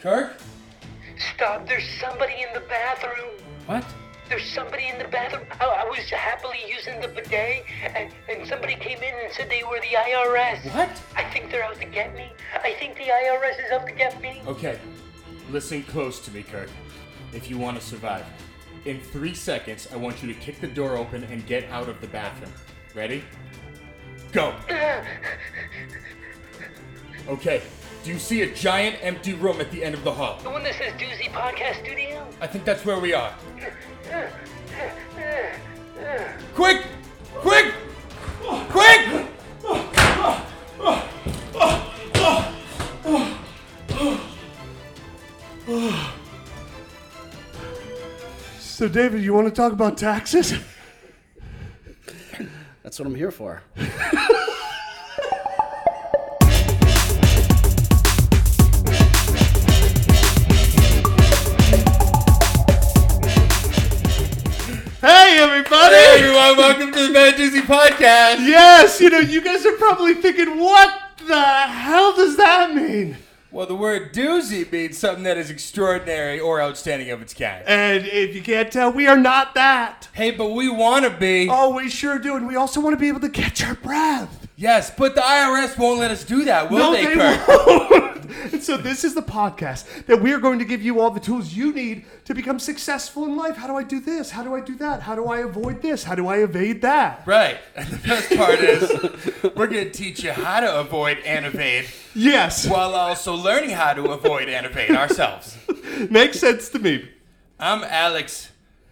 Kirk? Stop, there's somebody in the bathroom. What? There's somebody in the bathroom. I, I was happily using the bidet, and, and somebody came in and said they were the IRS. What? I think they're out to get me. I think the IRS is out to get me. Okay, listen close to me, Kirk. If you want to survive, in three seconds, I want you to kick the door open and get out of the bathroom. Ready? Go! Okay, do you see a giant empty room at the end of the hall? The one that says Doozy Podcast Studio? I think that's where we are. Quick! Quick! Quick! So, David, you want to talk about taxes? That's what I'm here for. Hey, everybody! Hey everyone, welcome to the Mad Doozy Podcast! Yes, you know, you guys are probably thinking, what the hell does that mean? Well, the word doozy means something that is extraordinary or outstanding of its kind. And if you can't tell, we are not that. Hey, but we want to be. Oh, we sure do. And we also want to be able to catch our breath. Yes, but the IRS won't let us do that, will they, Kirk? won't. and so, this is the podcast that we are going to give you all the tools you need to become successful in life. How do I do this? How do I do that? How do I avoid this? How do I evade that? Right. And the best part is, we're going to teach you how to avoid and evade Yes, while also learning how to avoid and evade ourselves. makes sense to me. I'm Alex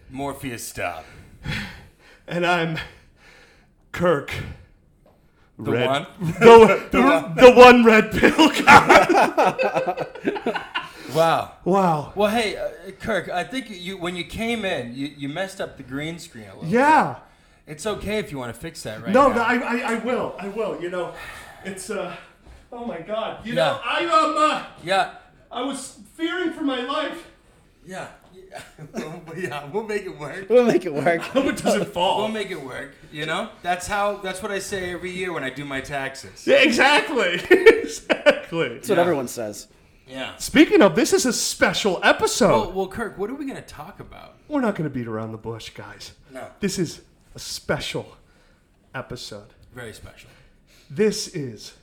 Morpheus Staub. And I'm Kirk. The Red- one. the, the, one red pill guy. Wow. Wow. Well, hey, uh, Kirk, I think you when you came in, you, you messed up the green screen a little. Yeah. It's okay if you want to fix that right No, now. I, I, I will. I will. You know, it's, uh, oh my God. You Yeah. know, I, um, uh, Yeah. I was fearing for my life. Yeah. Yeah. yeah, we'll make it work. We'll make it work. Hope it doesn't We'll fall. make it work. You know, that's how. That's what I say every year when I do my taxes. Yeah, exactly. exactly. That's what everyone says. Yeah. Speaking of, this is a special Well, episode. well, Kirk, what are we gonna talk about? We're not going to beat around the bush, guys. No. This is a special episode. Very special. This is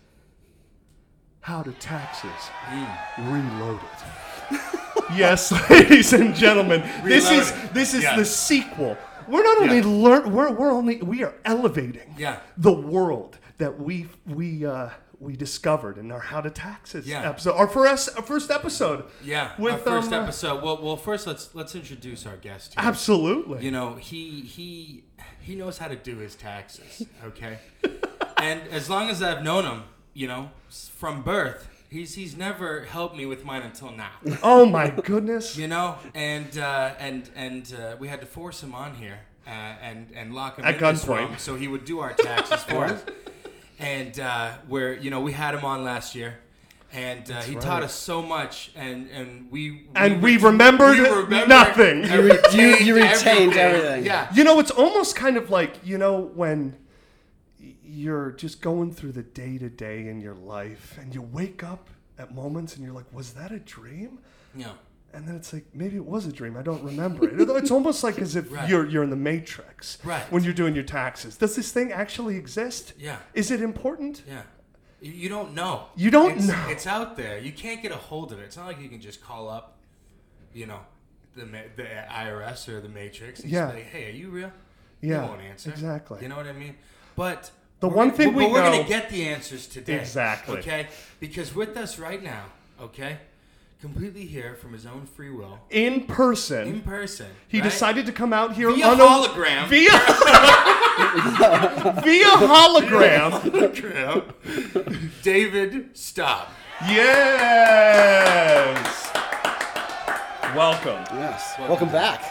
How to Taxes Reloaded. yes, ladies and gentlemen, this is Reloaded. this is Yeah. the sequel. We're not only Yeah. learn we're, we're only we are elevating Yeah. the world that we we uh, we discovered in our How to Taxes Yeah. episode. Our first first episode. Yeah. With our first um, uh, episode. Well, well, first let's let's introduce our guest. Here. Absolutely. You know, he he he knows how to do his taxes. Okay. and as long as I've known him, you know, s- from birth, he's he's never helped me with mine until now. Oh my goodness. You know, and uh, and and uh, we had to force him on here uh, and and lock him At in this gunpoint. room so he would do our taxes for us. And uh, where you know we had him on last year, and uh, he taught us so much, and and we, we And we remembered nothing. and You re- you- you retained retained everything. Yeah, You know, it's almost kind of like, you know, when y- you're just going through the day to day in your life and you wake up at moments and you're like, was that a dream? yeah, And then it's like, maybe it was a dream. I don't remember it. It's almost like as if Right. you're, you're in the matrix Right. when you're doing your taxes. Does this thing actually exist? Yeah. Is it important? yeah. You- You don't know. You don't It's- know. It's out there. You can't get a hold of it. It's not like you can just call up, you know, the ma- the IRS or the Matrix. And Yeah. Just be like, hey, are you real? Yeah, They won't answer. exactly. You know what I mean? But The we're one gonna- thing but we we're know- gonna get the answers today. Exactly. Okay. Because with us right now, okay, completely here from his own free will, In person. in person. he right? decided to come out here Via on a hologram. via via hologram. hologram. David, stop. Yes. Welcome. Yes. Welcome back.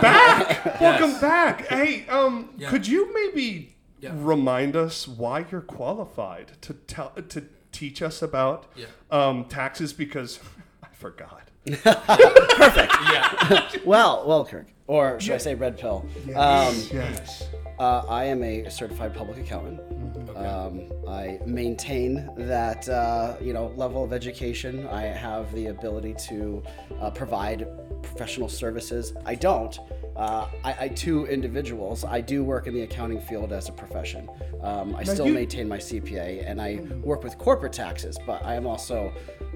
Back. Welcome Yes. back. Hey, um, Yeah. could you maybe Yeah. remind us why you're qualified to tell to teach us about Yeah. um, taxes? Because I forgot. Yeah. Well, well, Kirk, or should I say red pill? Um, Yes. Uh, I am a certified public accountant. Um, I maintain that uh, you know level of education. I have the ability to uh, provide professional services. I don't. Uh, I, I to individuals. I do work in the accounting field as a profession. Um, I still you- maintain my CPA and I work with corporate taxes, but I am also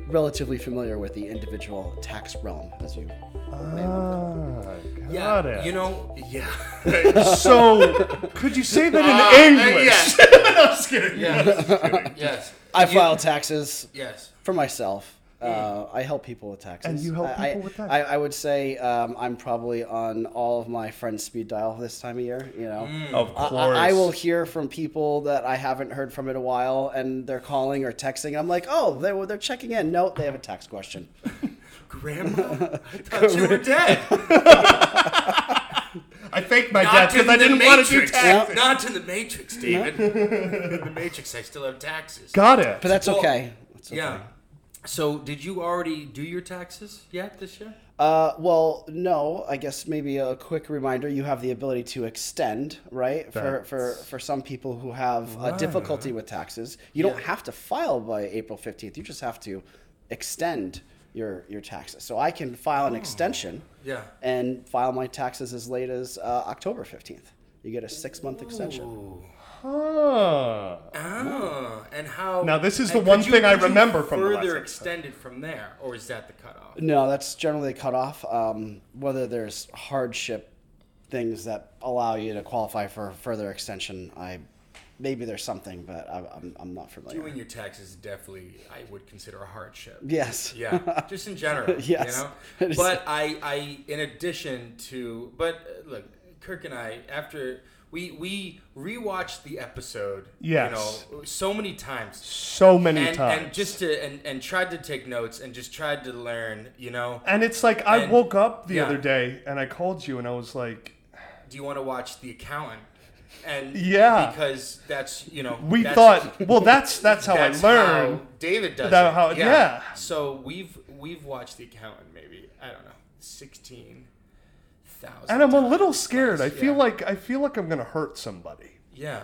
relatively familiar with the individual tax realm, as you Ah, Yeah, got it. you know, yeah, so, could you say Ah, that in English? yes. yes, I file taxes yes. for myself. Uh, I help people with taxes. And you help I- people I, with taxes. I, I would say um, I'm probably on all of my friends' speed dial this time of year. You know, Mm. Of I- course. I, I will hear from people that I haven't heard from in a while, and they're calling or texting. And I'm like, oh, they, were- they're checking in. No, they have a tax question. Grandma, I thought you were dead. I faked my Not dad to because I the didn't want to do Matrix. taxes. Not to the Matrix, David. In the Matrix, I still have taxes. Got it. But that's Well, okay. That's okay. Yeah. So, did you already do your taxes yet this year? Uh, well, no. I guess maybe a quick reminder: you have the ability to extend, right? For, for for some people who have uh, difficulty with taxes, you don't have to file by April fifteenth. You just have to extend your your taxes. So I can file an extension, Yeah. and file my taxes as late as uh, October fifteenth. You get a six month extension. Huh. Ah, and how? Now, this is the and one could thing I could remember from the further last episode. extended from there, or is that the cutoff? No, that's generally cut off. Um, whether there's hardship things that allow you to qualify for a further extension, I maybe there's something, but I, I'm I'm not familiar. Doing your taxes is definitely, I would consider a hardship. yes. Yeah, just in general. Yes. You It know? is- But I, I, in addition to, but uh, look, Kirk and I, after we we rewatched the episode, Yes. you know, so many times, So many and, times. and just to and, and tried to take notes and just tried to learn. You know, And it's like I And- woke up the yeah. other day and I called you and I was like, do you want to watch The Accountant? And Yeah. because that's you know we that's- thought, well, that's that's how that's I learn. how David does that it. how- yeah. So we've we've watched The Accountant maybe I don't know sixteen thousand. and I'm a little scared. I feel Yeah. like I feel like I'm gonna hurt somebody Yeah.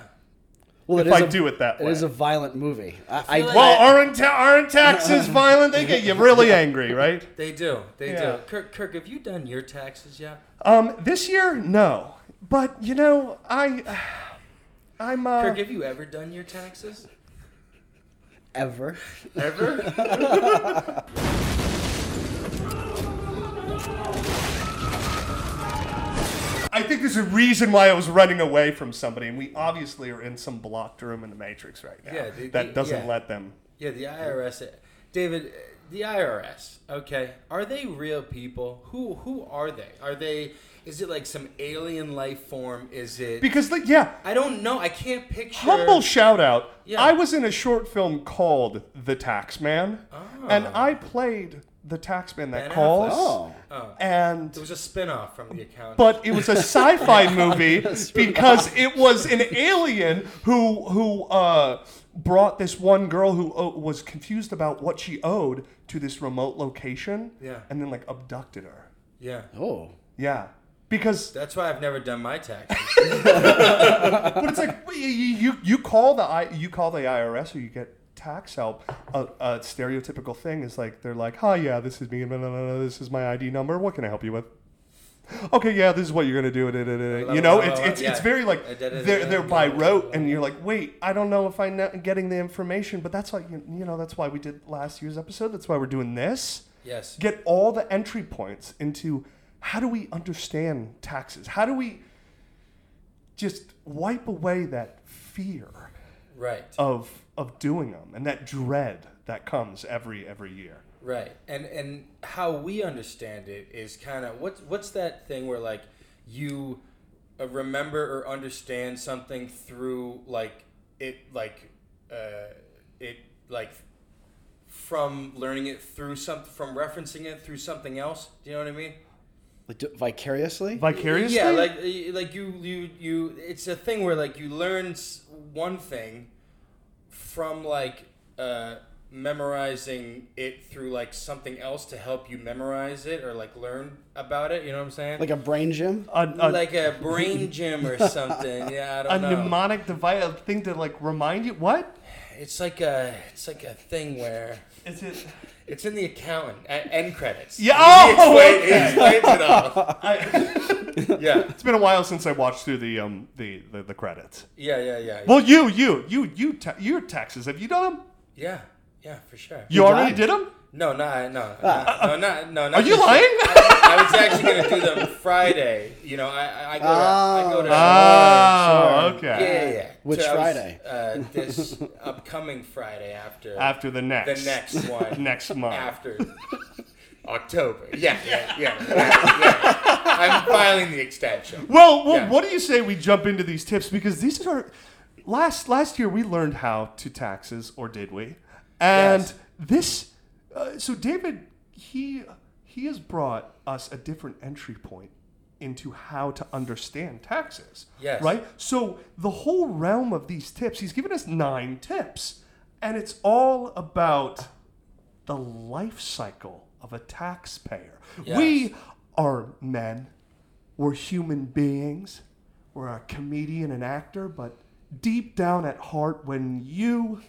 Well, if is I a- do it that It way. is a violent movie. I, I, feel like- well, aren't ta- aren't taxes violent? They get you really angry, right? They do. They Yeah. do. Kirk, Kirk, have you done your taxes yet? Um, this year, no. But you know, I, I'm uh, Kirk, have you ever done your taxes? ever. Ever? I think there's a reason why I was running away from somebody, and we obviously are in some blocked room in the Matrix right now. Yeah, the- the- that doesn't yeah. let them. yeah, the IRS. David, the IRS. Okay, are they real people? Who who are they? Are they? Is it like some alien life form? Is it? Because like, yeah, I don't know. I can't picture. humble shout out. Yeah. I was in a short film called The Tax Man, and I played the tax man that Ah. Ben calls. Oh. And It was a spin-off from the account. but it was a sci-fi movie because it was an alien who who uh, brought this one girl who o- was confused about what she owed to this remote location, Yeah. and then like abducted her. yeah, Oh. Yeah, because that's why I've never done my taxes. but it's like you you, you call the I, you call the IRS or you get tax help. A, a stereotypical thing is like they're like, "Hi, yeah, this is me. No, no, no, no, this is my ID number. What can I help you with?" Okay, yeah, this is what you're gonna do. da, da, da, da." You know, it's it's, it's very like they're they're by rote, and you're like, wait, I don't know if I'm not getting the information, but that's why you, you know that's why we did last year's episode. That's why we're doing this Yes. get all the entry points into how do we understand taxes? How do we just wipe away that fear Right. of of doing them and that dread that comes every every year? Right. And and how we understand it is kind of what's what's that thing where like you uh, remember or understand something through like it like uh, it like from learning it through some from referencing it through something else. Do you know what I mean? Like, d- vicariously? Vicariously? Yeah, like uh, like you you you. It's a thing where like you learn s- one thing from like uh memorizing it through like something else to help you memorize it or like learn about it. You know what I'm saying? Like a brain gym? A, a, like a brain gym or something. Yeah, I a don't know. mnemonic device, a thing to like remind you. What it's like a it's like a thing where is it? it's in the accountant at end credits. Yeah, He oh, explain- he explains it all. Yeah, It's been a while since I watched through the um the the, the credits. yeah, yeah, yeah. Well, you you you you ta- your taxes. Have you done them? yeah, yeah, for sure. You, You already got did them. No, no, I- no, no, no, not, no. Ah. Are Not you this lying? year. I was actually gonna do them Friday. You know, I, I- I go to, I go to. oh, sure. yeah, okay. yeah, yeah. Which I was, Friday? uh, this upcoming Friday after After the the next. next one. Next month. after October. Yeah, yeah, yeah. yeah, yeah. I'm filing the extension. Well, well, Yeah. what do you say we jump into these tips because these are last last year we learned how to taxes or did we? And Yes. this uh, so David he he has brought us a different entry point into how to understand taxes. Yes. Right? So the whole realm of these tips, he's given us 9 tips and it's all about the life cycle of a taxpayer. We are men. We're human beings. We're a comedian and actor, but deep down at heart, when you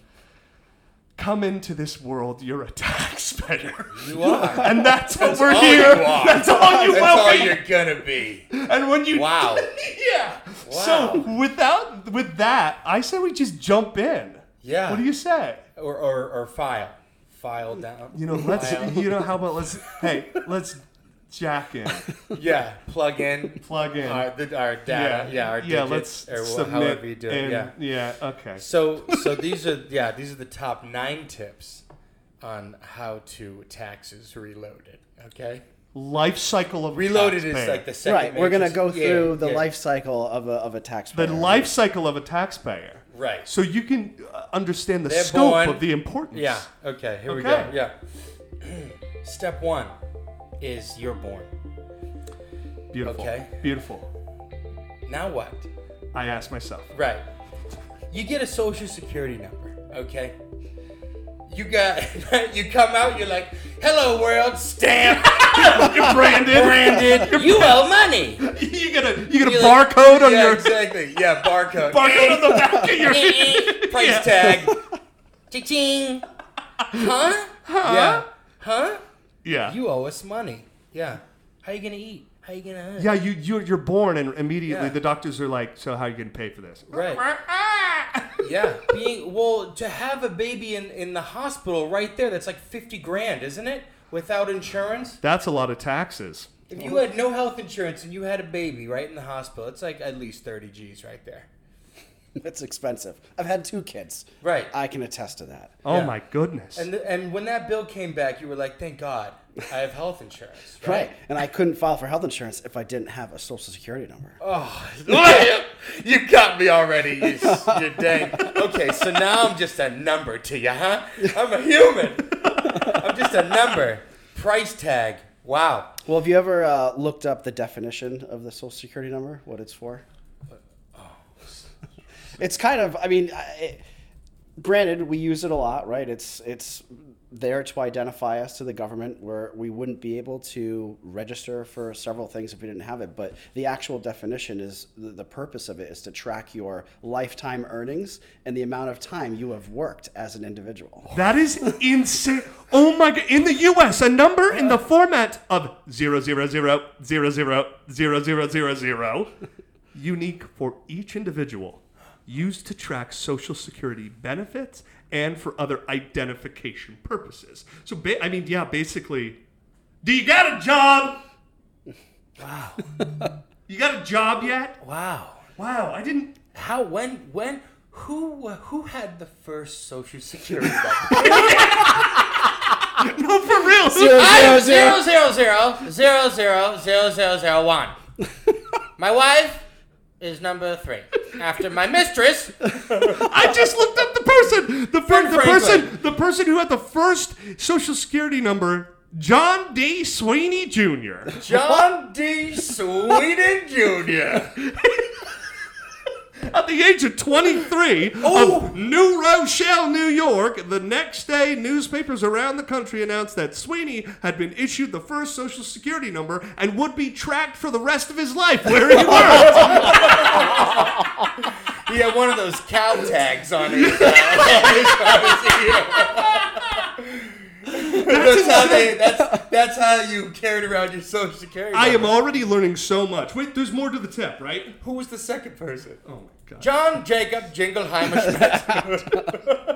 come into this world, you're a taxpayer. You are. And that's what we're all here. you are. That's all you That's will all be. you're gonna be. And when you Wow. yeah. So without with that, I say we just jump in. Yeah. What do you say? Or, or, or file. File down. You know, let's. File. You know, how about let's? Hey, let's jack in, Yeah. Plug in. plug in. Our, the, our data. Yeah. our yeah. digits, Let's or wha- submit. however you do it. and- Yeah. Yeah. Okay. So so these are yeah these are the top nine tips on how to taxes reloaded. Okay. Life cycle of a Reloaded is taxpayer. like the second. Right, we're going to major- go yeah, through the yeah. life cycle of a, of a taxpayer. the life cycle of a taxpayer. Right. So you can uh, understand the They're scope born- of the importance. Yeah. Okay. Here we go. Okay. Yeah. Step one is you're born. Beautiful. Okay. Beautiful. Now what? I asked myself. Right. You get a social security number. Okay. You got. you come out. You're like, "Hello, world." Stamp. You're branded. Branded. you owe money. you get a you get a You're like- barcode on yeah, your exactly. Yeah, barcode. barcode on the back of your. Price tag. Ching. Huh? Huh? Yeah. Huh? Yeah. You owe us money. Yeah. How you gonna eat? How you gonna? yeah, you you're, you're born and immediately Yeah. the doctors are like, so how are you gonna pay for this? Right. Yeah. Being well, to have a baby in in the hospital right there, that's like fifty grand, isn't it? Without insurance, That's a lot of taxes. if you had no health insurance and you had a baby right in the hospital, it's like at least thirty G's right there. It's expensive. I've had two kids. Right. I can attest to that. Oh Yeah. my goodness. And th- and when that bill came back, you were like, "Thank God, I have health insurance." Right. And I couldn't file for health insurance if I didn't have a social security number. Damn, you got me already, you, s- you dang. Okay, so now I'm just a number to you, huh? I'm a human. I'm just a number. Price tag. Wow. Well, have you ever uh, looked up the definition of the social security number, what it's for? it's kind of, I mean, I- it, granted, we use it a lot, right? It's, it's there to identify us to the government where we wouldn't be able to register for several things if we didn't have it. But the actual definition is the, the purpose of it is to track your lifetime earnings and the amount of time you have worked as an individual. that is insane. Oh my god. In the US, a number in the format of 000, 000, unique for each individual, used to track social security benefits and for other identification purposes. So ba- I mean, yeah, basically, do you got a job? Wow. you got a job Oh. yet? Wow. Wow, I didn't How? When? When? Who? Who had the first Social Security number? No, for real. I am zero zero zero zero zero zero zero zero one. My wife is number three. After my mistress, I just looked up the person. The, fir- the Franklin. person. The person who had the first social security number, John D. Sweeney Jr. John D. Sweden Jr. At the age of 23 Oh! of New Rochelle, New York, the next day newspapers around the country announced that Sweeney had been issued the first social security number and would be tracked for the rest of his life where he worked. He had one of those cow tags on his. Uh, on his, on his ear. that's, how they, that's, that's how you carried around your social security. I am number. already learning so much. Wait, there's more to the tip, right? Who was the second person? Oh my god. John Jacob Jingleheimer Schmidt.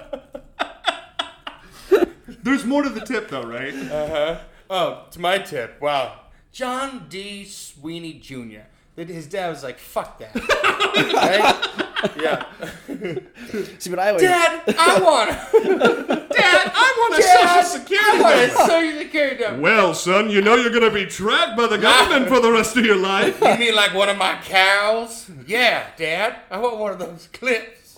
There's more to the tip though, right? Oh, it's my tip. Wow. John D. Sweeney Jr. That- His dad was like, fuck that. right? Yeah. See, but I always. Dad, I want Dad, I want a Dad, social I security want a number. social security number. Well, son, you know you're going to be tracked by the government for the rest of your life. You mean like one of my cows? Yeah, Dad. I want one of those clips.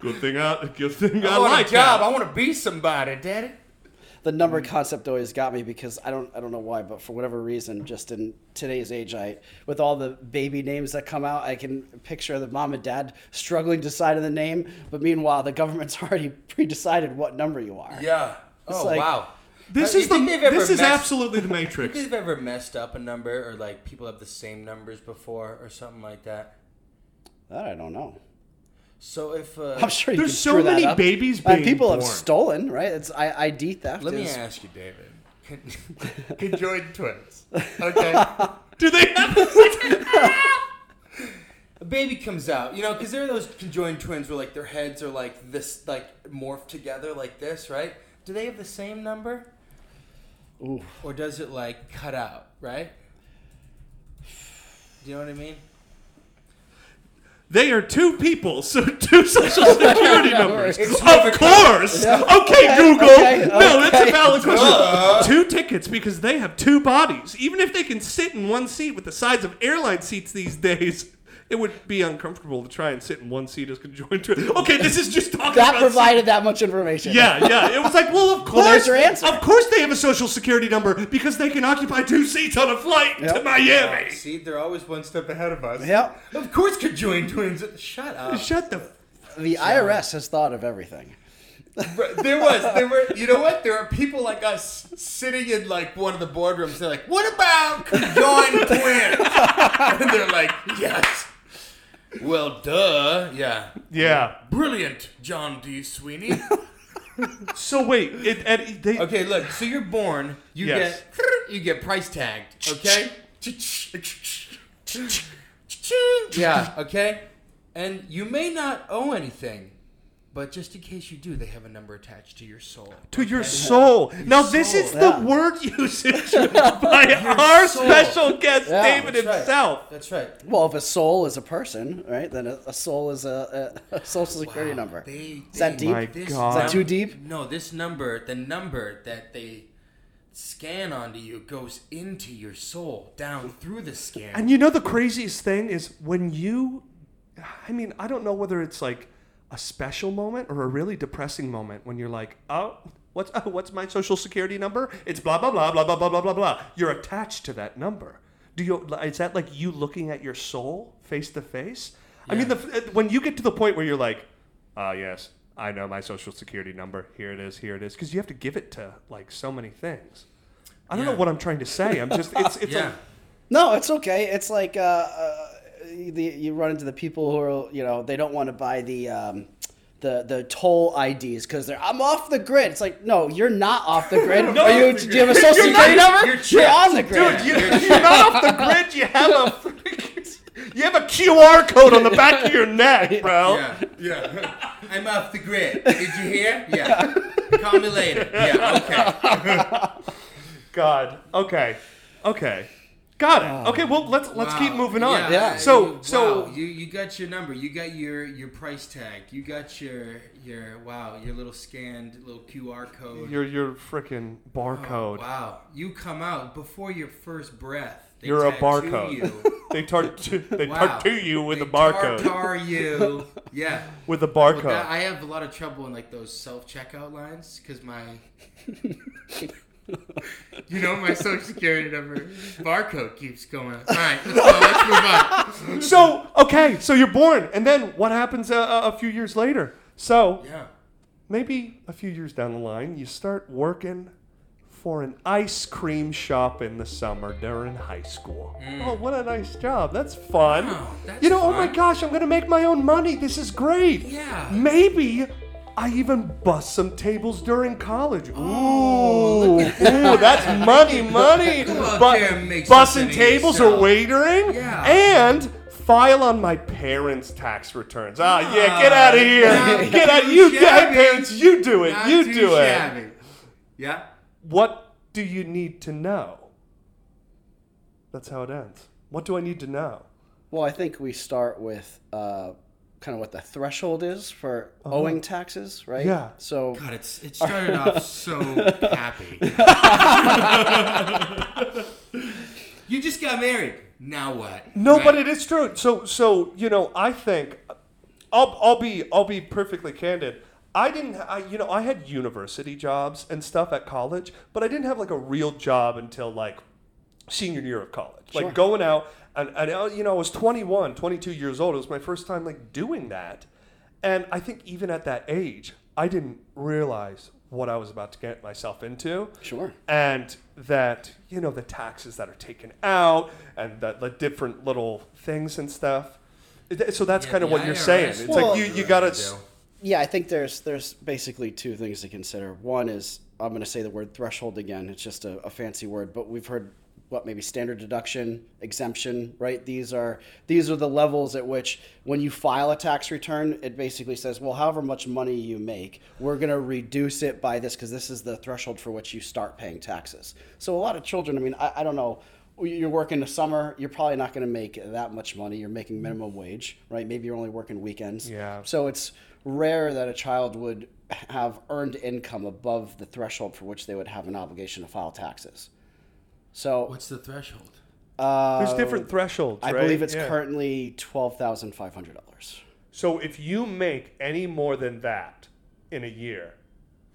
Good thing I, good thing I, I want like a job. I that. want to be somebody, Daddy. the number Mm. concept always got me because I don't I don't know why, but for whatever reason, just in today's age, I with all the baby names that come out, I can picture the mom and dad struggling to decide on the name, but meanwhile, the government's already pre-decided what number you are. Yeah. It's Oh like- wow. This Uh, is you the think they've ever this is messed- absolutely the You think Matrix. they've ever messed up a number or like people have the same numbers before or something like that? That I don't know. So if uh, I'm sure you There's can so screw that many up. babies Uh, being people have born. stolen, right? It's I, ID theft. Let me is- ask you, David. Con- Conjoined twins. Okay. Do they have A baby comes out, you know, because there are those conjoined twins where like their heads are like this, like morphed together like this, right? Do they have the same number? Or does it like cut out, right? Do you know what I mean? They are two people, so two social security numbers. It's never of course. Okay, Google. okay, no, that's a okay. valid question. Two tickets because they have two bodies. Even if they can sit in one seat with the size of airline seats these days, it would be uncomfortable to try and sit in one seat as conjoined twins. Okay, this is just talking that about provided that much information. Yeah, yeah. It was like, well, of course. Well, there's your answer. Of course they have a social security number because they can occupy two seats on a flight to Yep. Miami. See, they're always one step ahead of us. Yep. Of course, conjoined twins. Shut up. Shut the. The IRS has thought of everything. Bro, There was, there were, you know what? There are people like us sitting in like one of the boardrooms. They're like, "What about conjoined twins?" And they're like, "Yes." Well, duh. Yeah. Yeah. Brilliant, John D. Sweeney. So wait, it, and they, Okay, look. So you're born. You Yes. get you get price tagged. Okay. yeah. Okay. And you may not owe anything, but just in case you do, they have a number attached to your soul. to your soul. Now this soul. is Yeah. the word usage by our soul. special guest Yeah. David That's right. himself. That's right. Well, if a soul is a person, right, then a, a soul is a, a, a social security Wow, number. They, Is that they- deep? My God. Is that too deep? No, this number, the number that they scan onto you goes into your soul, down through the scan. And you know the craziest thing is when you I mean, I don't know whether it's like a special moment or a really depressing moment when you're like, "Oh, what's oh, what's my social security number? It's blah blah blah blah blah blah blah blah blah." You're attached to that number. Do you is that like you looking at your soul face to face? I mean, the when you get to the point where you're like, "Ah, yes, I know my social security number. Here it is. Here it is." Because you have to give it to like so many things. I don't know Yeah. what I'm trying to say. I'm just it's it's yeah. a, No, it's okay. It's like uh, uh, the, you run into the people who are, you know, they don't want to buy the um, the the toll IDs because they're I'm off the grid. It's like, no, you're not off the grid. No, are you? off the Do you have a social You're not- security number? you're You're, on the grid. Dude, you, you're not off the grid. You have a freaking- you have a QR code on the back of your neck, bro. Yeah, yeah. I'm off the grid. Did you hear? Yeah. Call me later. Yeah, okay. God. Okay. Okay. Got it. Okay. Well, let's let's keep Wow. moving on. Yeah. So Uh, you- so wow, you you got your number, you got your your price tag, you got your your wow, your little scanned little QR code. your your freaking barcode. Wow, you come out before your first breath. They You're a tattoo barcode. You. They tar they Wow. tar you with They the barcode Tartar you. Yeah. with the But barcode. that- I have a lot of trouble in like those self checkout lines because my You know my social security number. Barcode keeps going. All right, let's go. Let's move on. So okay, so you're born, and then what happens a, a a few years later? So Yeah. maybe a few years down the line, you start working for an ice cream shop in the summer during high school. Oh, what a nice job. That's fun. Mm. that's you know, oh my fun. gosh, I'm going to make my own money. This is great. Yeah. Maybe I even bust some tables during college. Ooh, ooh, that's money, money. Go out Bu- there and make bussing something of tables or yourself. waitering. Yeah. And file on my parents' tax returns. Ah, yeah, get out of here. not get out. too You, hey, shabby. parents, you do it. Not you too do it. shabby. Yeah. What do you need to know? That's how it ends. What do I need to know? Well, I think we start with uh, kind of what the threshold is for owing taxes, right? Yeah. So God, it's it started off so happy. you just got married. Now what? No, Right. but it is true. So, so you know, I think I'll I'll be I'll be perfectly candid. I didn't, I, you know, I had university jobs and stuff at college, but I didn't have like a real job until like senior year of college. Like going out and, and uh, you know, I was 21, 22 years old. It was my first time like doing that. And I think even at that age, I didn't realize what I was about to get myself into. Sure. And that, you know, the taxes that are taken out and the, the different little things and stuff. It- So that's Yeah, kind of the what you're IRS saying. It's Well- like you, you got to. Do. yeah, I think there's there's basically two things to consider. One is I'm going to say the word threshold again. It's just a, a fancy word, but we've heard what maybe standard deduction, exemption, right? These are these are the levels at which when you file a tax return, it basically says, well, however much money you make, we're going to reduce it by this because this is the threshold for which you start paying taxes. So a lot of children, I mean, I, I don't know you're working the summer you're probably not going to make that much money you're making minimum wage right maybe you're only working weekends Yeah. so it's rare that a child would have earned income above the threshold for which they would have an obligation to file taxes so What's the threshold? There's different thresholds, Um, i right? believe it's Yeah. currently $12500 So if you make any more than that in a year,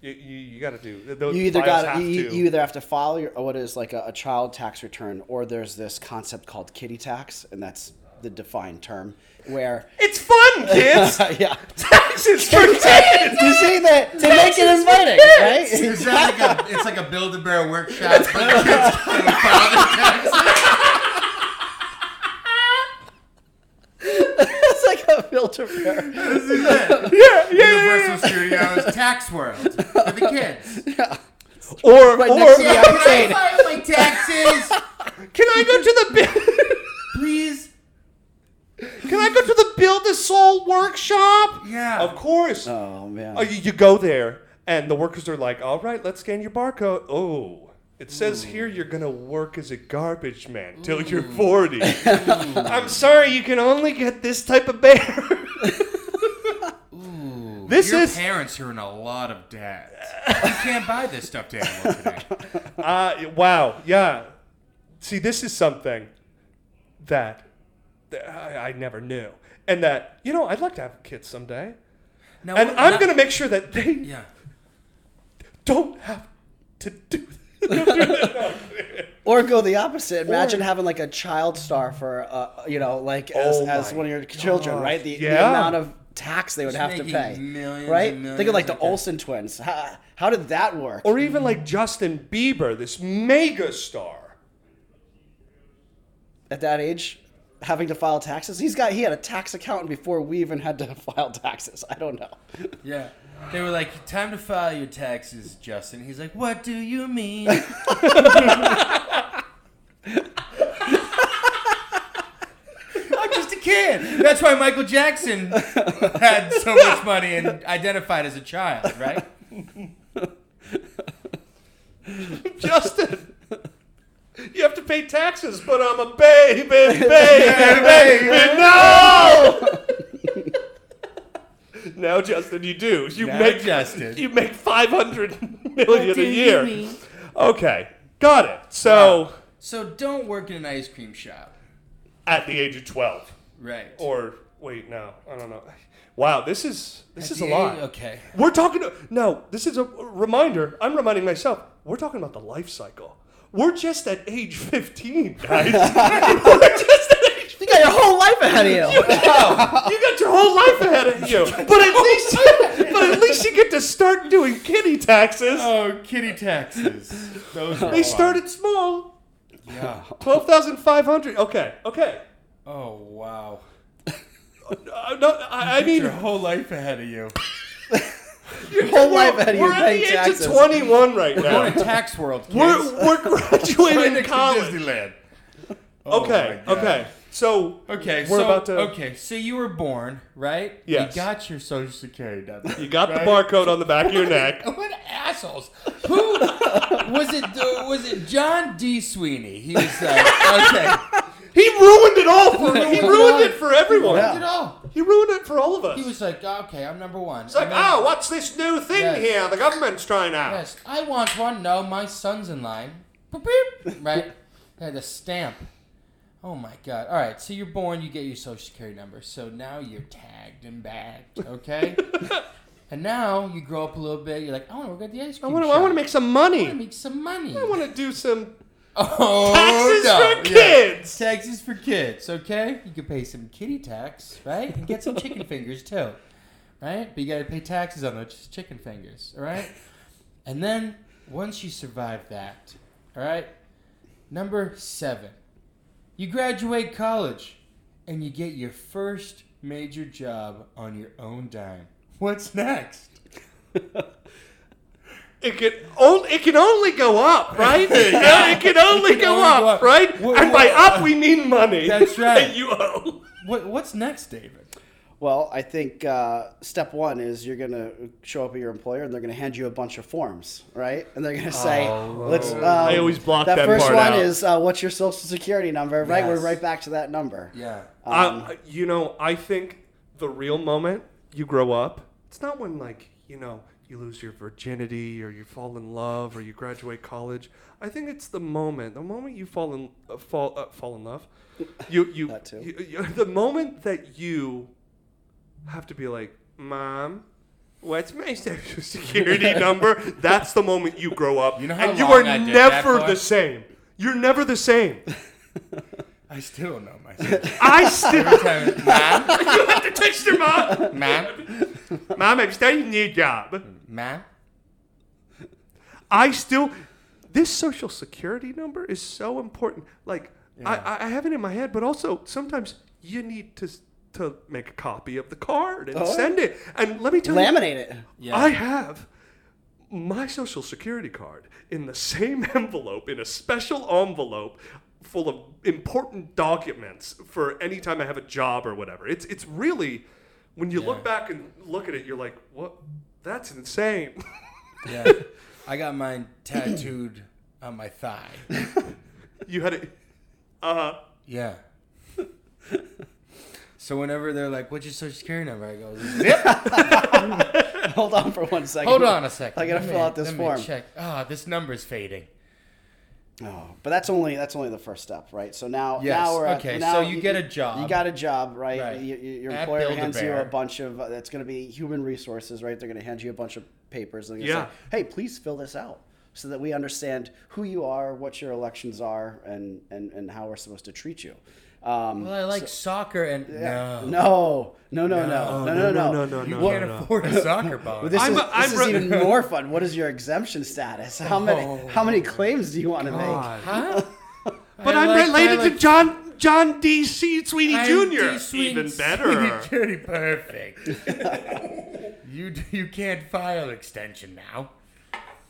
you, you, you got to do. Those you either files got have you, to- you either have to file your what is like a, a child tax return or there's this concept called kitty tax and that's the defined term where It's fun, kids. yeah Taxes for kids. you see that to make it inviting right Is that like a, it's like a build a bear workshop. but it's kind of father taxes? it's like a filter fair. This is it. Yeah, yeah, yeah, yeah. Universal Studios Tax World for the kids. Or, or next to the Yeah, Yeah, can I'm I file my taxes, can I go to the bu- please? can I go to the build a soul workshop? Yeah. Of course. oh man Oh, you, you go there, and the workers are like, "All right, let's scan your barcode." Oh, it says here you're gonna work as a garbage man till you're forty. I'm sorry, you can only get this type of bear. this Your is parents are in a lot of debt. You can't buy this stuffed animal today. uh, wow, yeah. See, this is something that, that I, I never knew, and that you know I'd like to have kids someday, Now, and what- I'm now- gonna make sure that they Yeah. don't have to do. Or go the opposite. Imagine having like a child star for, uh, you know, like as, Oh as my one of your children, right? The, the yeah. amount of tax they would have to making pay, millions right? and Think of like millions the like that. Olsen twins. How, how did that work? or even like Justin Bieber, this mega star. At that age, having to file taxes. He's got he had a tax accountant before we even had to file taxes. I don't know. Yeah. They were like, time to file your taxes, Justin. He's like, what do you mean? I'm just a kid. That's why Michael Jackson had so much money and identified as a child, right? Justin, you have to pay taxes, but I'm a baby, baby, baby. No! now, Justin, you do. You Now, make Justin. You make five hundred million a year. Okay, got it. So, So don't work in an ice cream shop. at the age of twelve, Right. or wait, no, I don't know. Wow, this is this is a FDA? lot. Okay. We're talking. No, this is a reminder. I'm reminding myself. We're talking about the life cycle. We're just at age 15, guys. we're just at age. You got your whole life ahead of you. You got your whole life ahead of you. But at least, but at least you get to start doing kitty taxes. Oh, kitty taxes. Those are they started small. Yeah. Twelve thousand five hundred. Okay. Okay. Oh wow. Uh, no, I, I mean, Your whole life ahead of you. Your whole life ahead of you. we're at paying the age taxes. of twenty-one right Going now. to tax world. Kids. We're, we're Right graduating next to college. Disneyland. Oh, Okay, my God. okay. So Okay, we're so about to. okay, so you were born, right? Yes. You got your social security number. You got the barcode on the back of your neck. What assholes? Who was it? uh, was it John D. Sweeney? He was like, okay, He ruined it all for he ruined it for everyone. look at all. He ruined it for all of us. He was like, "Oh, okay, I'm number one. it's like, oh, what's this new thing Yes. here? The government's trying out. yes, I want one. No, my son's in line. Boop, boop. Right? They had a stamp. Oh my god! All right, so you're born, you get your social security number. So now you're tagged and bagged, okay? and now you grow up a little bit. You're like, I want to work at the ice I cream want to. shop. I want to make some I money. make some money. I want to do some oh, taxes no. for Yeah. kids. Taxes for kids, okay? You could pay some kitty tax, right? And get some chicken fingers too, right? But you gotta pay taxes on those chicken fingers, all right? And then once you survive that, all right? Number seven, you graduate college and you get your first major job on your own dime. What's next? It can only it can only go up, right? yeah, it can only go only up, go up. right? Wha- and by wha- up we mean money. That's right. that you owe. What, what's next, David? Well, I think uh, step one is you're going to show up at your employer and they're going to hand you a bunch of forms, right? And they're going to say, Oh. let's. Um, I always block that that first part one out. is uh, what's your social security number, right? We're Yes. right back to that number. Yeah. Um, I, you know, I think the real moment you grow up, it's not when like you know you lose your virginity or you fall in love or you graduate college. I think it's the moment, the moment you fall in uh, fall uh, fall in love. You you, That too. you- you- the moment that you have to be like, mom. What's my social security number? That's the moment you grow up, You know how and you long are I did that never for? the same. You're never the same. I still don't know myself. I still Ma'am? you have to text your mom. Ma'am? Mom, I'm starting a new job. Ma'am? I still. This social security number is so important. Like, I I, I have it in my head, but also sometimes you need to s- to make a copy of the card and send it. And let me tell you, Laminate it. I have my social security card in the same envelope, in a special envelope full of important documents for any time I have a job or whatever. It's it's really when you look back and look at it, you're like, what? That's insane. Yeah. I got mine tattooed on my thigh. you had it. Uh huh. Yeah. So whenever they're like, "What's your social security number?" I go, Hold on for one second. "Hold on a second. I gotta Let fill me- out this let me form. Check. Ah, this number's fading. Oh, but that's only that's only the first step, right? So now Yes, now we're at- okay, now so you get a job. You got a job, right? Right. You- you- your At employer hands you a Build-A-Bear. bunch of uh, that's going to be human resources, right? They're going to hand you a bunch of papers and they're Yeah. gonna say, "Hey, please fill this out." So that we understand who you are, what your elections are, and, and, and how we're supposed to treat you. Um, Well, I like soccer and no, no, no, no, no, no, no, no, no, no, you no, can't no. afford a soccer ball. This, I'm- is, I'm this is re- even more fun. What is your exemption status? How many how many claims do you want to make? huh? But I'm like- related I like- to John John D. C. Sweeney I'm Jr. D. Sweeney- Even better. Sweeney Jr. perfect. you you can't file extension now.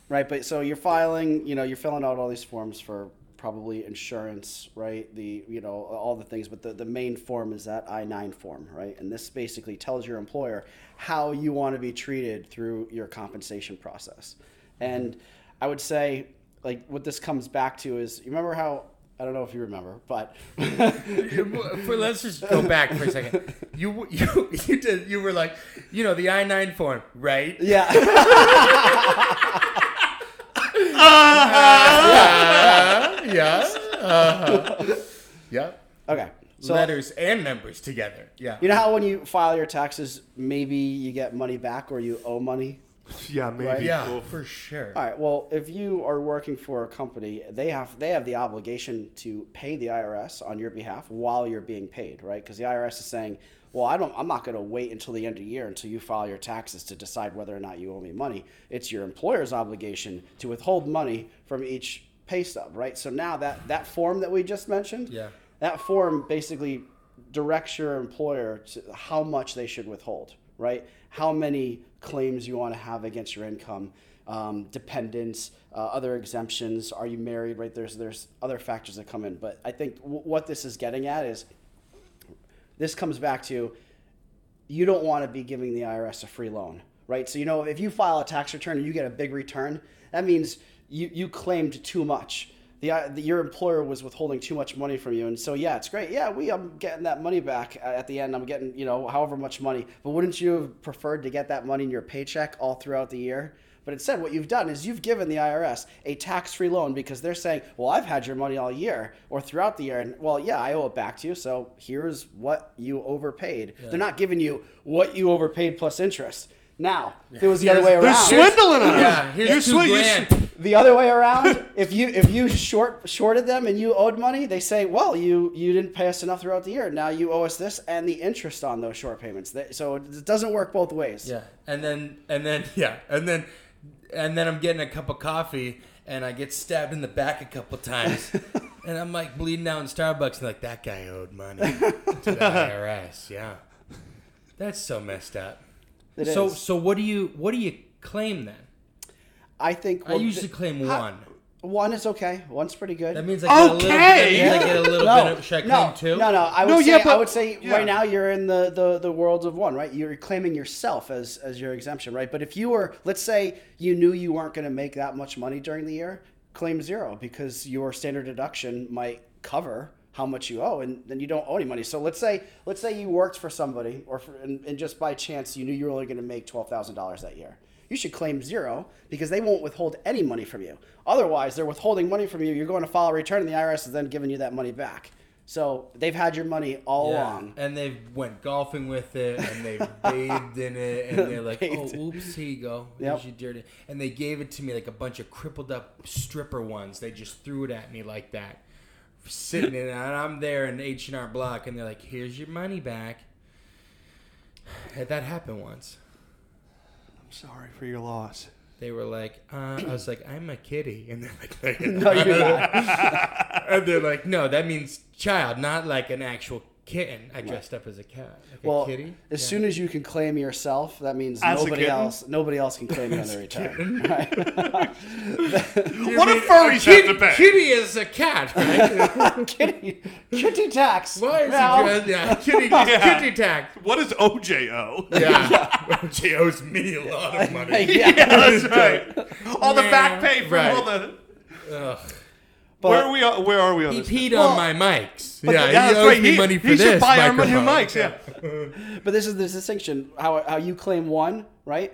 Right, but so you're filing, you know, you're filling out all these forms for probably insurance, right? The, you know, all the things, but the, the main form is that I 9 form, right? And this basically tells your employer how you want to be treated through your compensation process. And I would say, like, what this comes back to is you remember how, I don't know if you remember, but For, let's just go back for a second. You you you did you were like, you know, the I nine form, right? yeah, Yeah. Uh-huh. Yeah. okay. So- letters and numbers together. Yeah. You know how when you file your taxes, maybe you get money back or you owe money? Yeah, maybe. Right? Yeah, for sure. All right. Well, if you are working for a company, they have they have the obligation to pay the IRS on your behalf while you're being paid, right? Because the IRS is saying, "Well, I don't. I'm not going to wait until the end of the year until you file your taxes to decide whether or not you owe me money." It's your employer's obligation to withhold money from each pay stub, right? So now that that form that we just mentioned, Yeah. that form basically directs your employer to how much they should withhold, right? How many claims you want to have against your income, um, dependents, uh, other exemptions. Are you married? Right? There's there's other factors that come in, but I think w- what this is getting at is this comes back to you don't want to be giving the IRS a free loan, right? So you know if you file a tax return and you get a big return, that means you you claimed too much. The, I- the your employer was withholding too much money from you, and so yeah, it's great. Yeah, we I'm getting that money back uh, at the end. I'm getting you know however much money, but wouldn't you have preferred to get that money in your paycheck all throughout the year? But instead, what you've done is you've given the IRS a tax free loan because they're saying, well, I've had your money all year or throughout the year. And well, yeah, I owe it back to you. So here's what you overpaid. They're not giving you what you overpaid plus interest. Now, if it was the other way They're around, swindling us. Yeah, here's two swin- you're grand. sw- the other way around, if you if you short shorted them and you owed money, they say, well, you you didn't pay us enough throughout the year. Now you owe us this and the interest on those short payments. They- So it doesn't work both ways. Yeah, and then and then yeah, and then and then I'm getting a cup of coffee and I get stabbed in the back a couple times, and I'm like bleeding out in Starbucks and like that guy owed money to the IRS. Yeah, that's so messed up. It so is. so what do you what do you claim then? I think I usually th- claim how- one. One is okay. One's pretty good. That means I Okay. get a little, that means I get a little no, bit of should I no, claim two? No, no. I would No, say, yeah, I but- would say yeah. right now you're in the, the, the world of one, right? You're claiming yourself as, as your exemption, right? But if you were, let's say you knew you weren't going to make that much money during the year, claim zero because your standard deduction might cover how much you owe and then you don't owe any money. So let's say, let's say you worked for somebody or for, and, and just by chance you knew you were only going to make $12,000 that year. You should claim zero because they won't withhold any money from you. Otherwise, they're withholding money from you. You're going to file a return, and the IRS is then giving you that money back. So they've had your money all Yeah, along. And they went golfing with it, and they bathed in it, and they're like, Bathed. "Oh, oops, here you go, Yep. here's your dirty." And they gave it to me like a bunch of crippled up stripper ones. They just threw it at me like that, sitting in, it, and I'm there in H and R Block, and they're like, "Here's your money back." Had that happened once. I'm sorry for your loss. They were like, uh, I was like, I'm a kitty, and they're like, No, you're not. and they're like, no, that means child, not like an actual kitten. I dressed up as a cat, like Well, a kitty. as soon as you can claim yourself, that means As a nobody kitten? else. Nobody else can claim you on the return. What do furries have to pay? Oh, Kitty is a cat, right? kitty, kitty tax. Why is Now- he dressed? Yeah, kitty, Yeah. kitty tax. What is OJO? Yeah, she owes me a lot of money. Yeah, That's right. All the Yeah. back pay from Right. all the. Ugh. where are we? on- Where are we on He this? peed Well, on my mics. but Yeah, the- he that's owes right. me He- money for He this. should buy our new microphone. mics. Yeah. But this is the distinction how, how you claim one, right?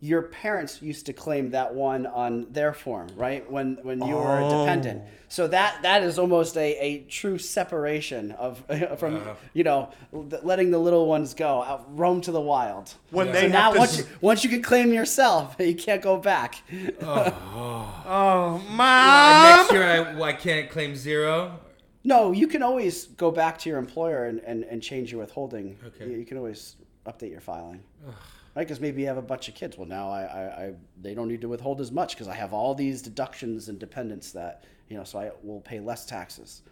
Your parents used to claim that one on their form, right? When when you were Oh. a dependent. So that that is almost a, a true separation of from Uh. you know th- letting the little ones go out, roam to the wild. When so they have now to s- once you, once you can claim yourself, you can't go back. Oh, And mom. next year, I, I can't claim zero. No, you can always go back to your employer and, and, and change your withholding. Okay. You, you can always update your filing. right? Because maybe you have a bunch of kids. Well, now I, I, I they don't need to withhold as much because I have all these deductions and dependents that, you know, so I will pay less taxes.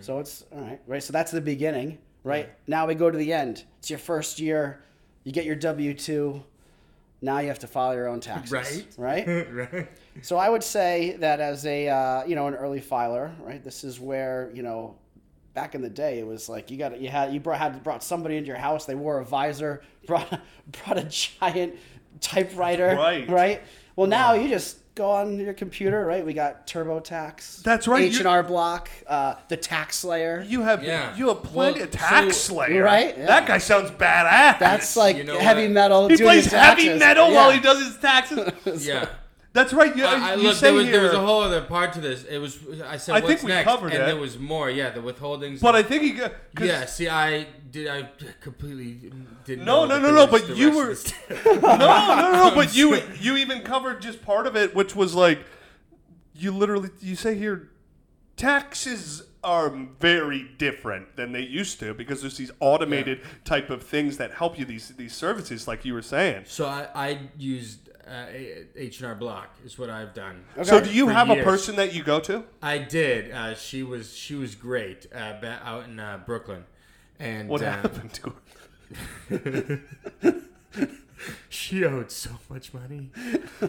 So it's all right, right? So that's the beginning, right? Now we go to the end. It's your first year. You get your W 2. Now you have to file your own taxes. Right. Right? right. So I would say that as a uh, you know an early filer, right? This is where you know back in the day it was like you got you had you brought had brought somebody into your house. They wore a visor, brought brought a giant typewriter, Right. Right. Well, now you just go on your computer, right? We got TurboTax. That's right, H you- and R Block, uh, the Tax Slayer. You have Yeah. you have plenty Well, of tax so- slayer. Right? That guy sounds badass. That's like You know heavy what? metal. he doing plays the heavy taxes. metal Yeah. while he does his taxes. Yeah. That's right. You, I, I you look, say there was, here, there was a whole other part to this. It was I said I what's think we next, covered and it. there was more. Yeah, the withholdings. but I think he got. 'cause- yeah, see, I did. I completely didn't. No, know no, that no, there no, was but the you rest were- of this- No, no, no, no. But you you even covered just part of it, which was like, you literally you say here, taxes are very different than they used to because there's these automated type of things that help you these these services, like you were saying. So I, I used uh, H and R Block is what I've done. So do you For have a years. person that you go to? I did. Uh, she was she was great uh, ba- out in uh, Brooklyn, and What uh, happened to her? she owed so much money.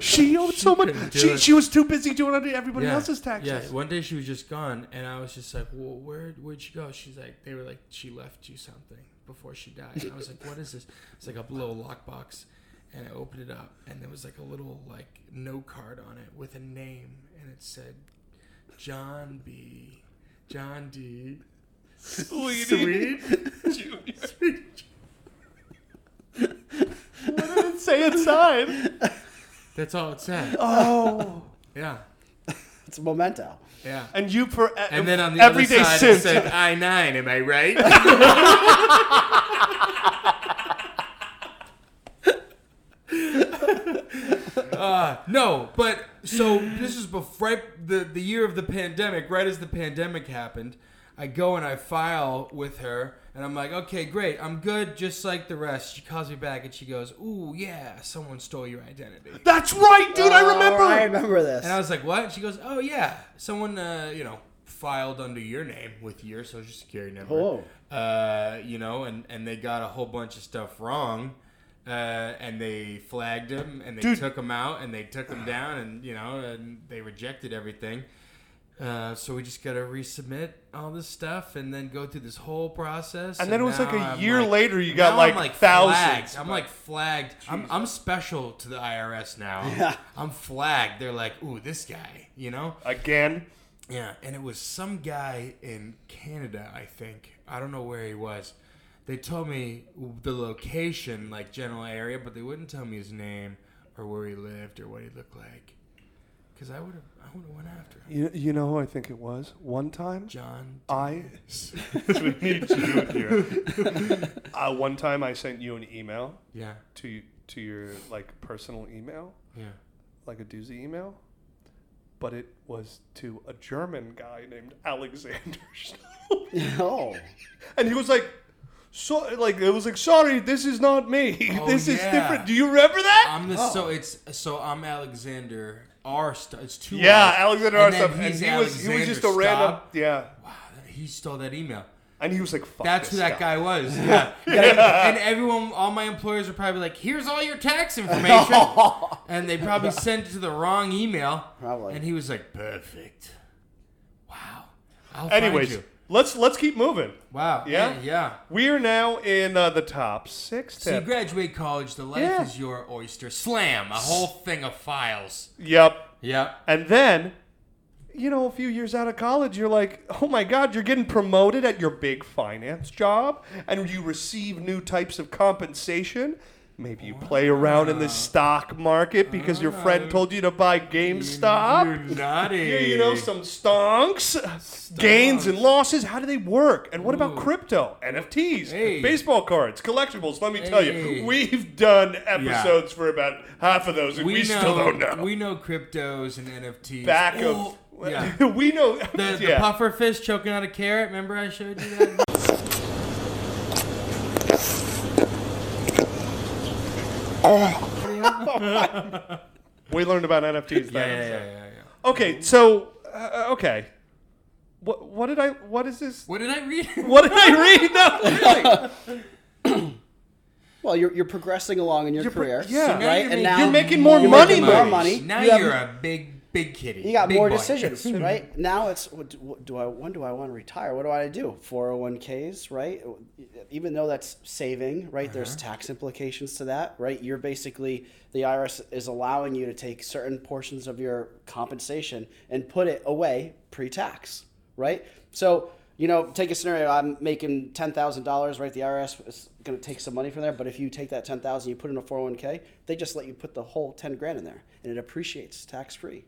She owed so much. couldn't do She, it. she was too busy doing everybody else's taxes. Yeah. One day she was just gone, and I was just like, "Well, where where'd she go?" She's like, "They were like she left you something before she died." And I was like, "What is this?" It's like a little lockbox, and I opened it up, and there was like a little like no card on it with a name, and it said John B. John D. Sweet. Say inside. That's all it said. oh. Yeah. It's a memento. Yeah. And you for e-, And then on the every other day side, since. it said I nine. Am I right? uh, no, but so this is before right, the the year of the pandemic. Right as the pandemic happened, I go and I file with her, and I'm like, okay, great, I'm good, just like the rest. She calls me back and she goes, ooh yeah, someone stole your identity. That's right, dude. Oh, I remember. Oh, I remember this. And I was like, "What?" She goes, "Oh yeah, someone uh, you know filed under your name with your social security number, Whoa. uh, you know, and and they got a whole bunch of stuff wrong, uh, and they flagged him, and they took him out, and they took him down, and you know, and they rejected everything." Uh, so we just gotta resubmit all this stuff and then go through this whole process. And then it was like a now I'm year later, you got, now like, thousands. flagged. I'm like flagged. I'm, I'm special to the IRS now. I'm flagged. They're like, ooh, this guy, you know? Again. Yeah. And it was some guy in Canada, I think. I don't know where he was. They told me the location, like general area, but they wouldn't tell me his name or where he lived or what he looked like. Because I would have I would have went after him. You, you know who I think it was? One time, John. I. we need you in here. Uh, one time, I sent you an email Yeah. to to your like personal email, Yeah. like a doozy email, but it was to a German guy named Alexander. Schnow. oh. and he was like, so like it was like, sorry, this is not me. Oh, this is yeah. different. Do you remember that? I'm the Oh. so it's so I'm Alexander R. St- it's two. yeah, R's. Alexander And then Arsov, and he's he was he was Alexander just a random. Staub. Yeah, He stole that email. and he was like, fuck. That's who this that guy. guy was. Yeah. e-, And everyone, all my employers are probably like, "Here's all your tax information," and they probably sent it to the wrong email. Probably. And he was like, "Perfect. Wow. I'll Anyways, find you. let's let's keep moving. Wow. Yeah? Yeah. Yeah. We are now in uh, the top six. So you Tip. graduate college. The life Yeah. is your oyster. Slam. A whole thing of files. yep. Yep. And then, you know, a few years out of college, you're like, oh my God, you're getting promoted at your big finance job, and you receive new types of compensation. Maybe you play around in the stock market because your friend told you to buy You're GameStop. naughty. Yeah, you know, some stonks, gains and losses. How do they work? And what about crypto, NFTs, Hey. baseball cards, collectibles? Let me tell Hey. you, we've done episodes for about half of those, and we, still don't know. We know cryptos and NFTs. Back Oh, of yeah. we know The, the yeah. puffer fish choking out a carrot. Remember I showed you that? we learned about NFTs. yeah, then. yeah, yeah, yeah, yeah. Okay, so uh, okay, what what did I what is this? What did I read? What did I read? No, really. Well, you're, you're progressing along in your pro- career. yeah. So now right? you're and making- now you're making more you're money, making more movies. money. Now You have- you're a big, big kitty. You got big more boy. decisions, right? Now it's what do, what do I when do I want to retire? What do I do? 401ks, right? Even though that's saving, right? There's tax implications to that, right? You're basically the IRS is allowing you to take certain portions of your compensation and put it away pre-tax, right? So you know, take a scenario. I'm making ten thousand dollars, right? The IRS is going to take some money from there, but if you take that ten thousand, you put in a four hundred one k, they just let you put the whole ten grand in there, and it appreciates tax free,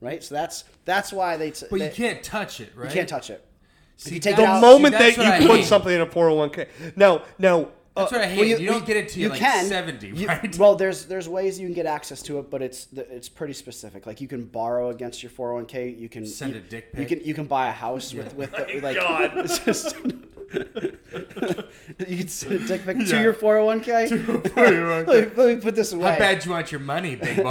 right? So that's that's why they. T- But they- you can't touch it, right? You can't touch it. See, you take it that's- out- The moment See, that's that what I you put hate. something in a 401k. Now, now, uh, That's what I hate. Well, you, don't get it to you like can. seventy, You- right? Well, there's there's ways you can get access to it, but it's the- it's pretty specific. Like you can borrow against your 401k. You can Send you, a dick You pic. can you can buy a house with with the, like it's just- you can send a dick pic to your 401k. let, me, let me put this away. How bad you want your money, big boy?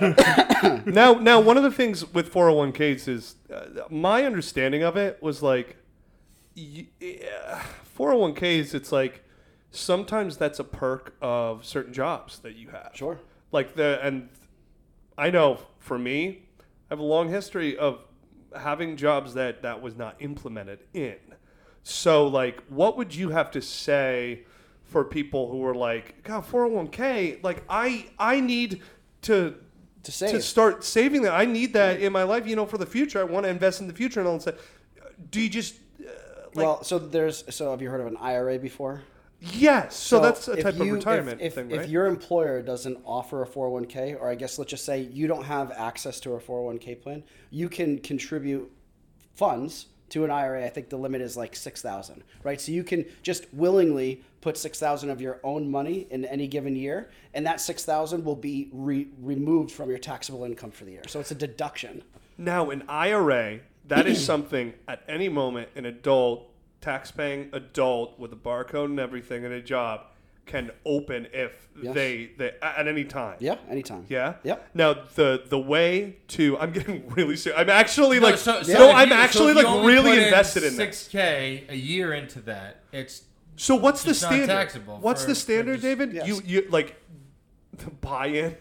now, now, one of the things with 401ks is uh, my understanding of it was like y- yeah, 401ks. It's like sometimes that's a perk of certain jobs that you have. Sure. Like the and I know for me, I have a long history of having jobs that that was not implemented in. So like, what would you have to say for people who are like, God, 401k? Like, I I need to To save. to start saving that. I need that in my life, you know, for the future. I want to invest in the future and all that. stuff. Do you just uh, like well, so there's so have you heard of an IRA before? yes? So, that's a if type of you- if- retirement if, thing, if right? your employer doesn't offer a 401k, or I guess let's just say you don't have access to a 401k plan, you can contribute funds to an IRA. I think the limit is like six thousand, right? So you can just willingly put six thousand of your own money in any given year, and that six thousand will be re- removed from your taxable income for the year. So it's a deduction. Now, an IRA, that is something at any moment an adult, tax-paying adult with a barcode and everything and a job can open if Yes. they, they at any time. Yeah, anytime. Yeah. Yep. Now the the way to I'm getting really serious. I'm actually like so- so no, if I'm you- so actually if you like only put really invested in this. six k a year into that. It's So what's the It's not standard? taxable What's for- the for standard, just- David? Yes. You you like the buy-in?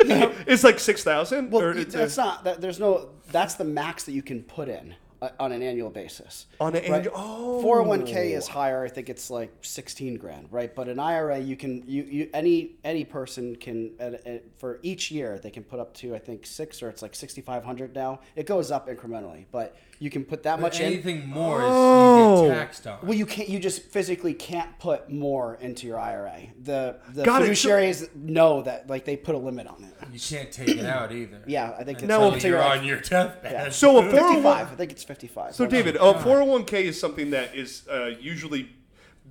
it's like six thousand. Well, that's not. That, there's no. That's the max that you can put in uh, on an annual basis. On an annual- oh. 401k is higher. I think it's like 16 grand, right? But an IRA, you can you, you any any person can at, at, for each year they can put up to I think six or it's like 6,500 now. It goes up incrementally, but you can put that much in. Uh, anything more is you Oh. get taxed on. Well, you can't. You just physically can't put more into your IRA. The the Got it. So- fiduciaries know that, like they put a limit on it. you can't take it out either. Yeah, I think it's Now, up Until to you're your- on your deathbed. Yeah. So a 55. I 401 think it's 55. So David, a 401k is something that is uh, usually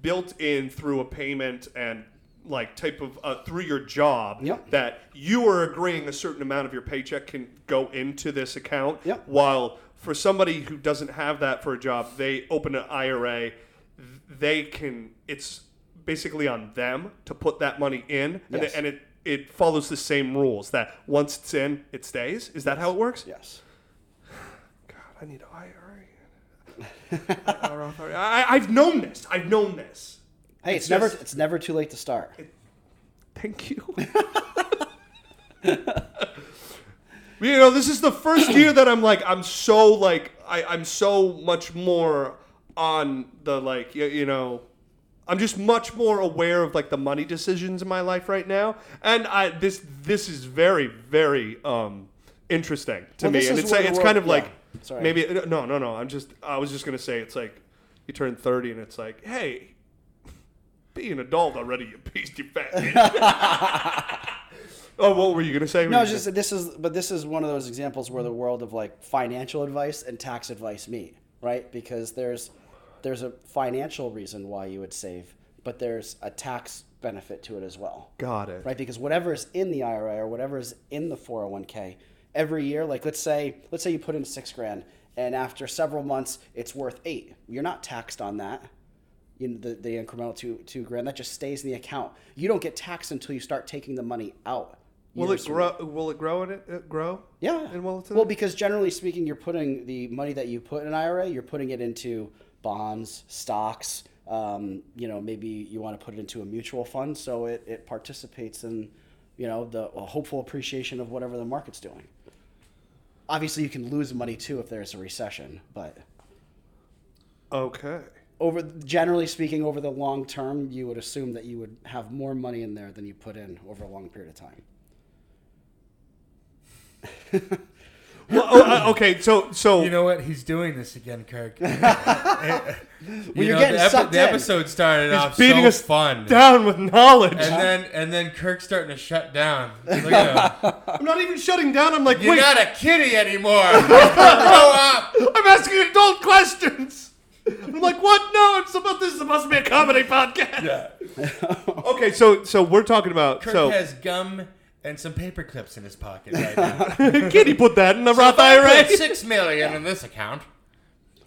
built in through a payment and like type of uh, through your job Yep. that you are agreeing a certain amount of your paycheck can go into this account Yep. while for somebody who doesn't have that for a job they open an IRA they can it's basically on them to put that money in and, Yes. and it it follows the same rules that once it's in it stays is that how it works Yes. God, I need an IRA. I, I've known this. I've known this. Hey, it's, It's never just- it's never too late to start. Thank you. you know, this is the first year that I'm like, I'm so like, I, I'm so much more on the like, you, you know, I'm just much more aware of like the money decisions in my life right now, and I this this is very very um interesting to Well, me, this and is it's where like, the it's world- kind of yeah. like Sorry. maybe no no no. I'm just I was just gonna say it's like you turn 30 and it's like hey be an adult already, you beast, you fat bitch. oh, what were you gonna say? No, it's just that this is but this is one of those examples where the world of like financial advice and tax advice meet, right? Because there's there's a financial reason why you would save, but there's a tax benefit to it as well. got it. Right? Because whatever is in the IRA or whatever is in the 401k every year, like let's say let's say you put in 6 grand and after several months it's worth 8. You're not taxed on that. you know, the, the incremental two two grand that just stays in the account. You don't get taxed until you start taking the money out. Will years it from grow? Will it grow? In it uh, grow? Yeah. In Wilton. well, because generally speaking, you're putting the money that you put in an IRA, you're putting it into bonds, stocks. Um, you know, maybe you want to put it into a mutual fund, so it it participates in, you know, the a hopeful appreciation of whatever the market's doing. Obviously, you can lose money too if there's a recession, but okay. over generally speaking, over the long term, you would assume that you would have more money in there than you put in over a long period of time. Well, oh, uh, okay, so so You know what? He's doing this again, Kirk. you you're know, getting the, epi- sucked the in. episode started off beating so us fun, down with knowledge. and then and then Kirk's starting to shut down. Look at him. I'm not even shutting down. I'm like, You're wait, not a kitty anymore. Grow up. I'm asking adult questions. I'm like, what? No, I'm supposed. This is supposed to be a comedy podcast. okay, so so we're talking about Kirk so has gum and some paper clips in his pocket right now. Kitty put that in the Roth I IRA. put six million in this account.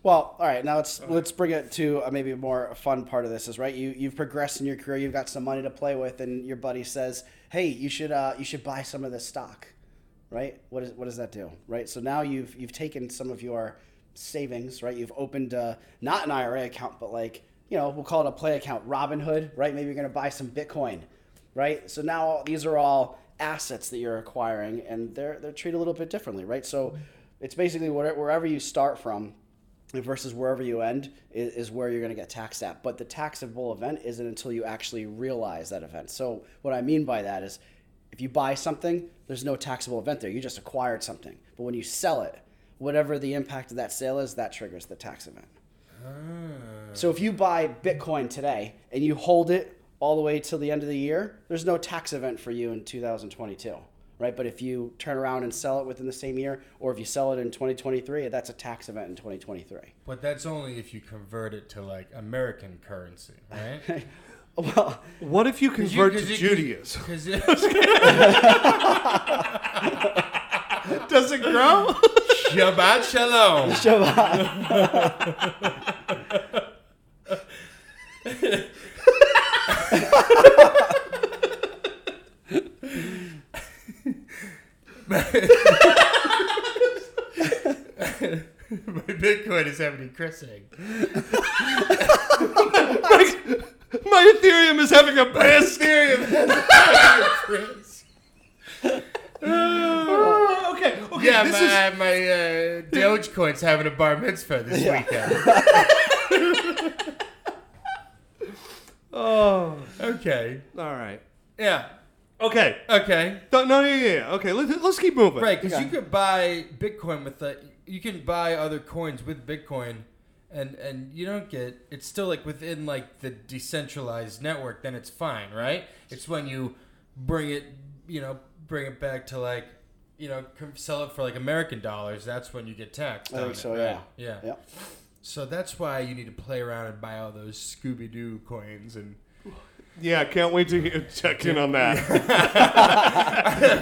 Well, all right. Now let's let's bring it to uh, maybe a more fun part of this. Is right. You you've progressed in your career. You've got some money to play with, and your buddy says, "Hey, you should uh, you should buy some of this stock." Right. What is what does that do? Right. So now you've you've taken some of your savings. Right. You've opened uh, not an IRA account, but like you know we'll call it a play account, Robinhood. Right. Maybe you're gonna buy some Bitcoin. Right. So now these are all assets that you're acquiring, and they're they're treated a little bit differently. Right. So it's basically where- wherever you start from versus wherever you end is, is where you're going to get taxed at. But the taxable event isn't until you actually realize that event. So what I mean by that is, if you buy something, there's no taxable event there. You just acquired something. But when you sell it, whatever the impact of that sale is, that triggers the tax event. So if you buy Bitcoin today and you hold it all the way till the end of the year, there's no tax event for you in 2022, right? But if you turn around and sell it within the same year, or if you sell it in 2023, that's a tax event in 2023. But that's only if you convert it to like American currency, right? Well, What if you convert to Judaism? Because Does it grow? Shabbat Shalom. My Bitcoin is having a christening. My Ethereum is having a blast. Chris. Oh, okay, okay. Yeah, this is my, my uh, Dogecoin's having a bar mitzvah this weekend. oh, Okay. all right. Yeah. Okay, Okay. no, no, yeah, yeah, yeah. Okay, let's let's keep moving. Right, because you could buy Bitcoin with the you can buy other coins with Bitcoin, and and you don't get it's still like within like the decentralized network. Then it's fine, right? It's when you bring it, you know, bring it back to like, you know, com- sell it for like American dollars. That's when you get taxed. I on think it, so, right? yeah. Yeah. yeah. So that's why you need to play around and buy all those Scooby Doo coins and Yeah, can't wait to hear, check in on that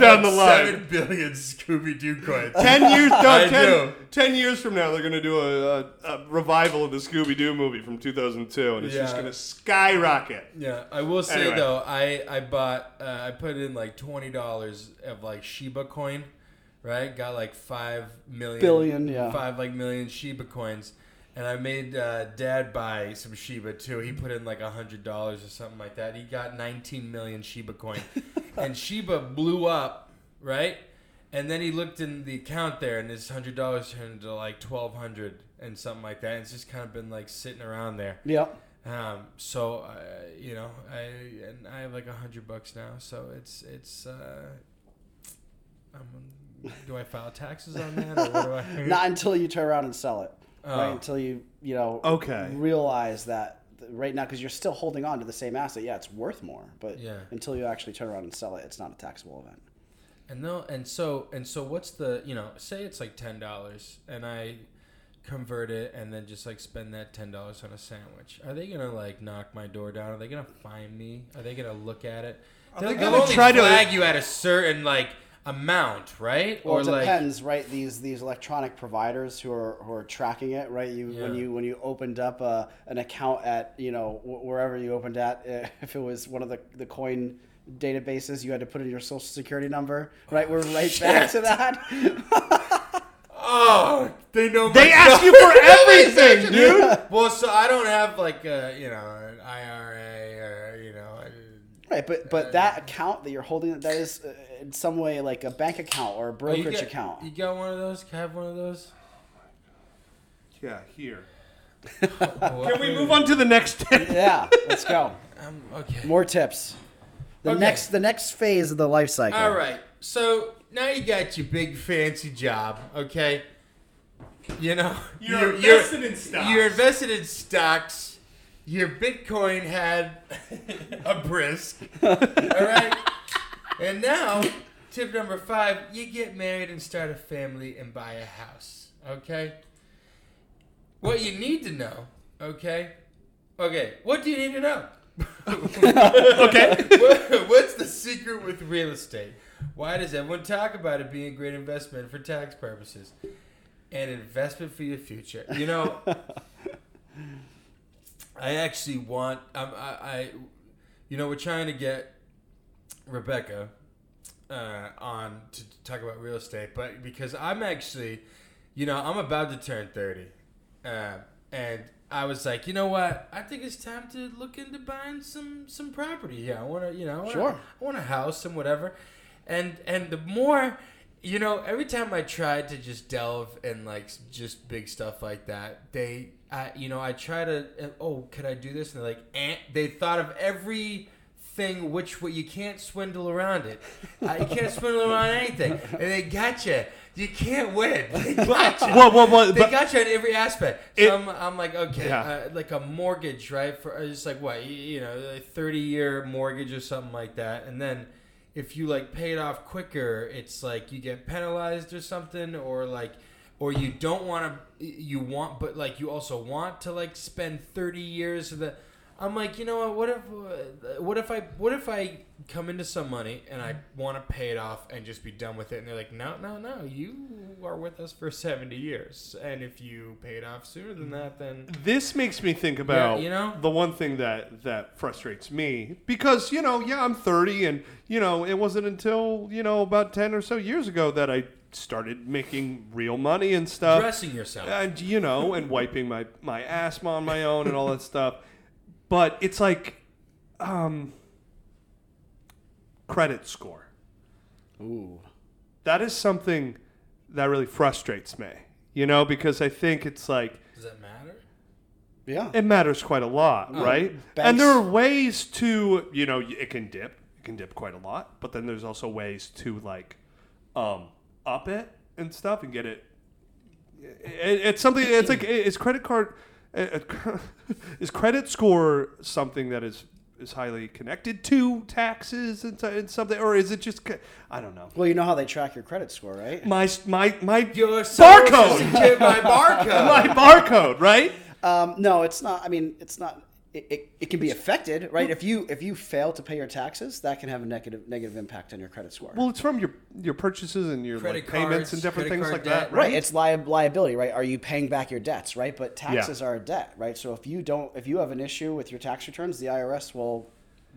down the line. seven billion Scooby Doo coins. Ten years, I no, ten, do. ten years from now, they're gonna do a, a, a revival of the Scooby Doo movie from 2002, and it's just Yeah. gonna skyrocket. Yeah, I will say Anyway. though, I I bought uh, I put in like twenty dollars of like Shiba coin, right? Got like five million Billion, yeah. five like million Shiba coins, and I made uh, Dad buy some Shiba too. He put in like a hundred dollars or something like that. He got nineteen million Shiba coin, and Shiba blew up, right? And then he looked in the account there, and his hundred dollars turned into like twelve hundred and something like that. And it's just kind of been like sitting around there. Yeah. Um, so uh, you know, I and I have like a hundred bucks now, so it's it's. Uh, um, do I file taxes on that, or what do I? Not until you turn around and sell it. Right Oh. until you you know Okay. realize that th- right now because you're still holding on to the same asset. Yeah, it's worth more, but Yeah. until you actually turn around and sell it, it's not a taxable event. And no, and so and so, what's the you know? Say it's like ten dollars, and I convert it, and then just like spend that ten dollars on a sandwich. Are they gonna like knock my door down? Are they gonna find me? Are they gonna look at it? They'll, they they'll gonna only try to- flag you at a certain like amount, right? Well, it depends, right? These these electronic providers who are who are tracking it, right? You when Yeah. you when you opened up a, an account at you know wh- wherever you opened at, eh, if it was one of the the coin databases, you had to put in your social security number, right? We're right back to that. oh, they know. They my ask you for everything, dude. Well, so I don't have like a you know an IRA or you know. I- Right, but but that account that you're holding that is uh, in some way like a bank account or a Oh, you brokerage get- account. You got one of those? Can I have one of those? Yeah, here. Oh, Can we move on to the next tip? yeah, let's go. Um, okay. More tips. The Okay. next the next phase of the life cycle. All right. So now you got your big fancy job, okay? You know, You're invested in stocks. You're invested in stocks. Your Bitcoin had a brisk, all right? And now, tip number five: you get married and start a family and buy a house, okay? What you need to know, okay? Okay, what do you need to know? What- What's the secret with real estate? Why does everyone talk about it being a great investment for tax purposes? An investment for your future. You know, I actually want. I'm, I, I, you know, we're trying to get Rebecca uh, on to talk about real estate, but because I'm actually, you know, I'm about to turn thirty, uh, and I was like, you know what? I think it's time to look into buying some some property. Yeah, I want to, you know, I wanna, Sure. I want a house and whatever, and and the more. You know, every time I tried to just delve and like s- just big stuff like that, they, I, you know, I try to. and, Oh, could I do this? And they're like, eh. they thought of every thing which way you can't swindle around it. Uh, you can't swindle around anything, and they got you. You can't win. They got you. Well, well, well, They but- got you in every aspect. So It- I'm, I'm like, okay, Yeah. uh, like a mortgage, right? For it's like what you, you know, a 30 year mortgage or something like that, and then if you like pay it off quicker, it's like you get penalized or something, or like. Or you don't want to, you want, but like you also want to like spend thirty years of the. I'm like, you know what? What if, uh, what if I, what if I come into some money and I want to pay it off and just be done with it? And they're like, no, no, no, you are with us for seventy years, and if you pay it off sooner than that, then this makes me think about Yeah, you know? the one thing that that frustrates me because you know yeah i'm 30 and you know it wasn't until you know about 10 or so years ago that i started making real money and stuff dressing yourself. and you know, and wiping my my asthma on my own and all that stuff. But it's like, um, credit score. Ooh. That is something that really frustrates me. You know, because I think it's like Does that matter? Yeah. it matters quite a lot, right? banks- And there are ways to, you know, it can dip, it can dip quite a lot, but then there's also ways to like um up it and stuff and get it. it it's something. It's like is credit card, uh, uh, is credit score something that is is highly connected to taxes and, so- and something, or is it just? ca- I don't know. Well, you know how they track your credit score, right? My s- my my Your barcode, Get my barcode. my barcode, right? Um, no, it's not. I mean, it's not. It, it, it can be affected, right? If you if you fail to pay your taxes, that can have a negative negative impact on your credit score. Well, it's from your your purchases and your Credit like, payments cards, and different credit things card like debt, that, right, it's lia- liability, right? Are you paying back your debts, right? But taxes are a debt, right? So if you don't, if you have an issue with your tax returns, the IRS will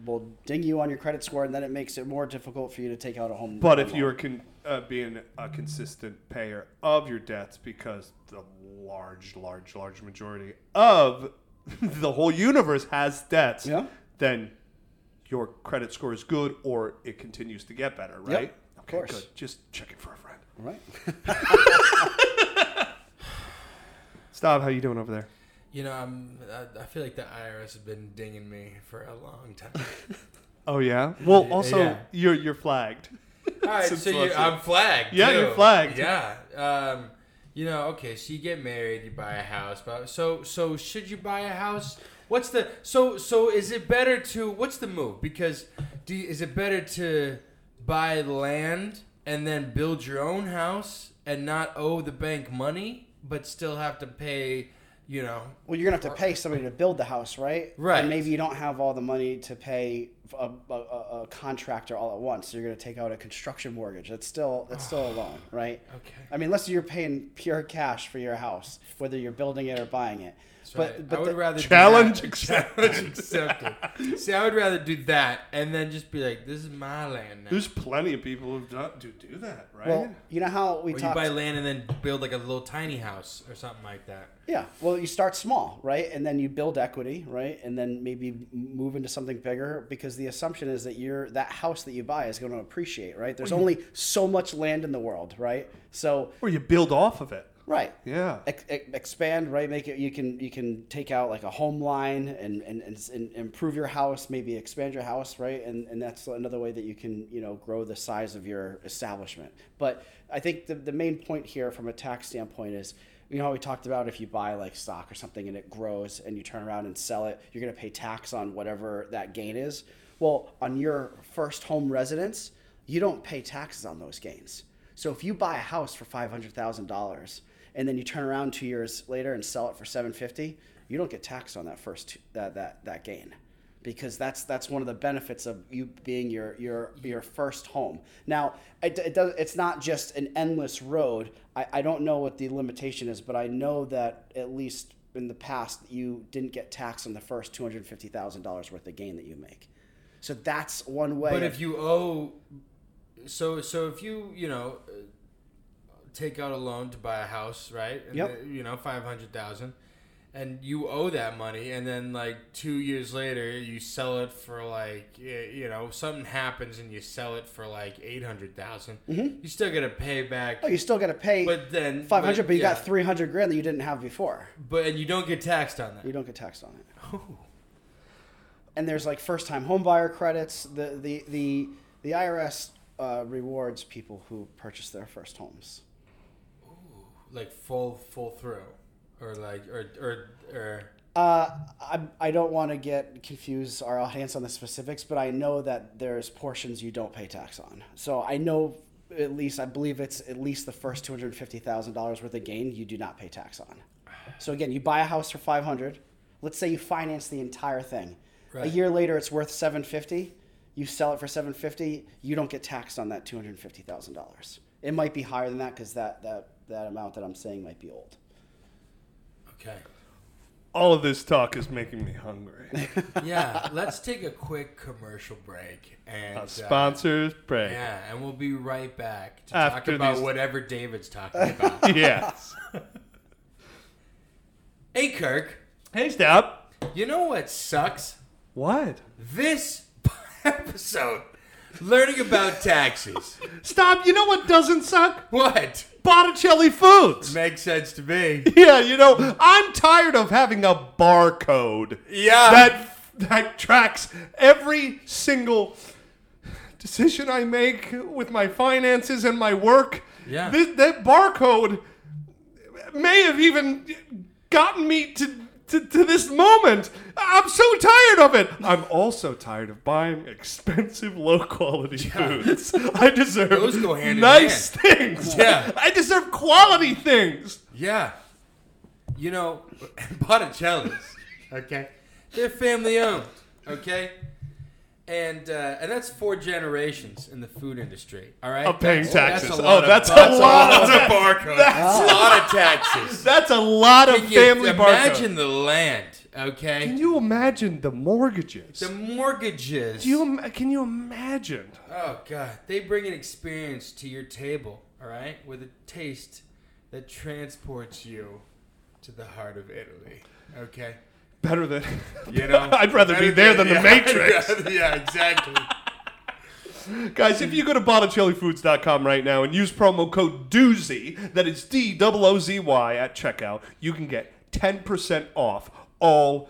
will ding you on your credit score, and then it makes it more difficult for you to take out a home. But home if you loan. are con- uh, being a consistent payer of your debts, because the large, large, large majority of the whole universe has debts, Yeah. then your credit score is good, or it continues to get better, right? of okay, course. good. Just checking for a friend. right, Stop. How you doing over there? You know, I'm, I, I feel like the IRS has been dinging me for a long time. Oh yeah. Well, also yeah. you're you're flagged. All right, Since so you, last year. I'm flagged. Yeah, too. you're flagged. Yeah. Um, you know, okay, so you get married, you buy a house, but so so should you buy a house? What's the so so is it better to what's the move? Because do you, is it better to buy land and then build your own house and not owe the bank money, but still have to pay, you know, well, you're gonna have to pay somebody to build the house, right? Right. And maybe you don't have all the money to pay a, a, a, a contractor all at once. So you're gonna take out a construction mortgage. That's still that's still a loan, right? Okay. I mean, unless you're paying pure cash for your house, whether you're building it or buying it. But, But, but I would the- rather Challenge do that. challenge accepted. See, I would rather do that and then just be like, "This is my land now." There's plenty of people who do, do, do that, right? well, you know how we Or you talked. buy land and then build like a little tiny house or something like that. Yeah. Well, you start small, right? And then you build equity, right? And then maybe m- move into something bigger because the assumption is that your that house that you buy is going to appreciate, right? There's only so much land in the world, right? So or you build off of it. Right. Yeah. Ex- ex- expand, right? Make it. You can you can take out like a home line and and, and s- and improve your house. Maybe expand your house, right? And and that's another way that you can you know grow the size of your establishment. But I think the the main point here from a tax standpoint is. You know how we talked about if you buy like stock or something and it grows and you turn around and sell it, you're going to pay tax on whatever that gain is. Well, on your first home residence, you don't pay taxes on those gains. So if you buy a house for five hundred thousand dollars and then you turn around two years later and sell it for seven fifty, you don't get taxed on that first two, that, that that gain, because that's that's one of the benefits of you being your your your first home. Now it, it does it's not just an endless road. I, I don't know what the limitation is, but I know that at least in the past you didn't get taxed on the first two hundred fifty thousand dollars worth of gain that you make. So that's one way. But of- if you owe, so so if you you know, uh, take out a loan to buy a house, right? And Yep. the- you know, five hundred thousand, and you owe that money, and then like two years later, you sell it for like y- you know something happens, and you sell it for like eight You still gotta pay back, Mm-hmm. oh, you still got to pay. but then Five hundred, but you yeah. got three hundred grand that you didn't have before. But and you don't get taxed on that. You don't get taxed on it. And there's like first-time homebuyer credits. The the the the IRS uh, rewards people who purchase their first homes. like full full through or like or or or Uh, I I don't want to get confuse our audience on the specifics, but I know that there's portions you don't pay tax on. So I know at least I believe it's at least the first two hundred fifty thousand dollars worth of gain you do not pay tax on. So again, you buy a house for five hundred. Let's say you finance the entire thing. A Right. year later, it's worth seven fifty. You sell it for seven fifty. You don't get taxed on that two hundred fifty thousand dollars. It might be higher than that because that, that that amount that I'm saying might be old. okay. All of this talk is making me hungry. Yeah, let's take a quick commercial break and uh, Sponsors, pray. yeah, and we'll be right back to After talk about these- whatever David's talking about. Yes. hey, Kirk, hey, stop. you know what sucks? What? This episode, learning about taxes. Stop. You know what doesn't suck? What Botticelli Foods. makes sense to me? Yeah, you know, I'm tired of having a barcode Yeah, that that tracks every single decision I make with my finances and my work. Yeah. Thi- that barcode may have even gotten me to, to, to this moment. I'm so tired of it. I'm also tired of buying expensive, low quality foods. I deserve Those go hand in nice things. Yeah. I deserve quality things. yeah. You know, Botticelli's. Okay. They're family owned, okay? And uh, and that's four generations in the food industry. All right, Of paying That's- taxes. a oh, lot of that's a bucks. lot. That's a, barcode. That's a lot of taxes. that's a lot of Can you family barcode. imagine the land, okay? Can you imagine the mortgages? the mortgages. Do you im- can you imagine? oh God, they bring an experience to your table, all right, with a taste that transports you to the heart of Italy, okay? Better than You know, I'd rather be there better than the yeah, Matrix. I'd rather- yeah, exactly. Guys, if you go to BotticelliFoods.com right now and use promo code DOOZY, that is D O O Z Y at checkout, you can get 10% off all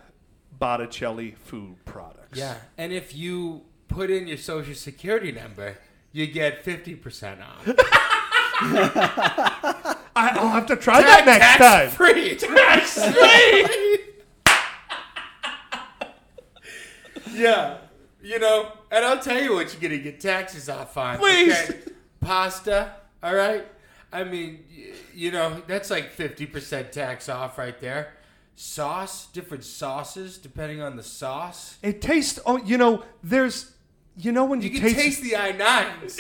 Botticelli food products. Yeah, and if you put in your social security number, you get fifty percent off. I, I'll have to try that next time. free. Tax free. yeah, you know, and I'll tell you what you're gonna get taxes off on. Please. pasta. All right. I mean, y- you know, that's like fifty percent tax off right there. Sauce, different sauces depending on the sauce. It tastes, oh, you know, there's, you know, when you, You can taste, taste the I nines.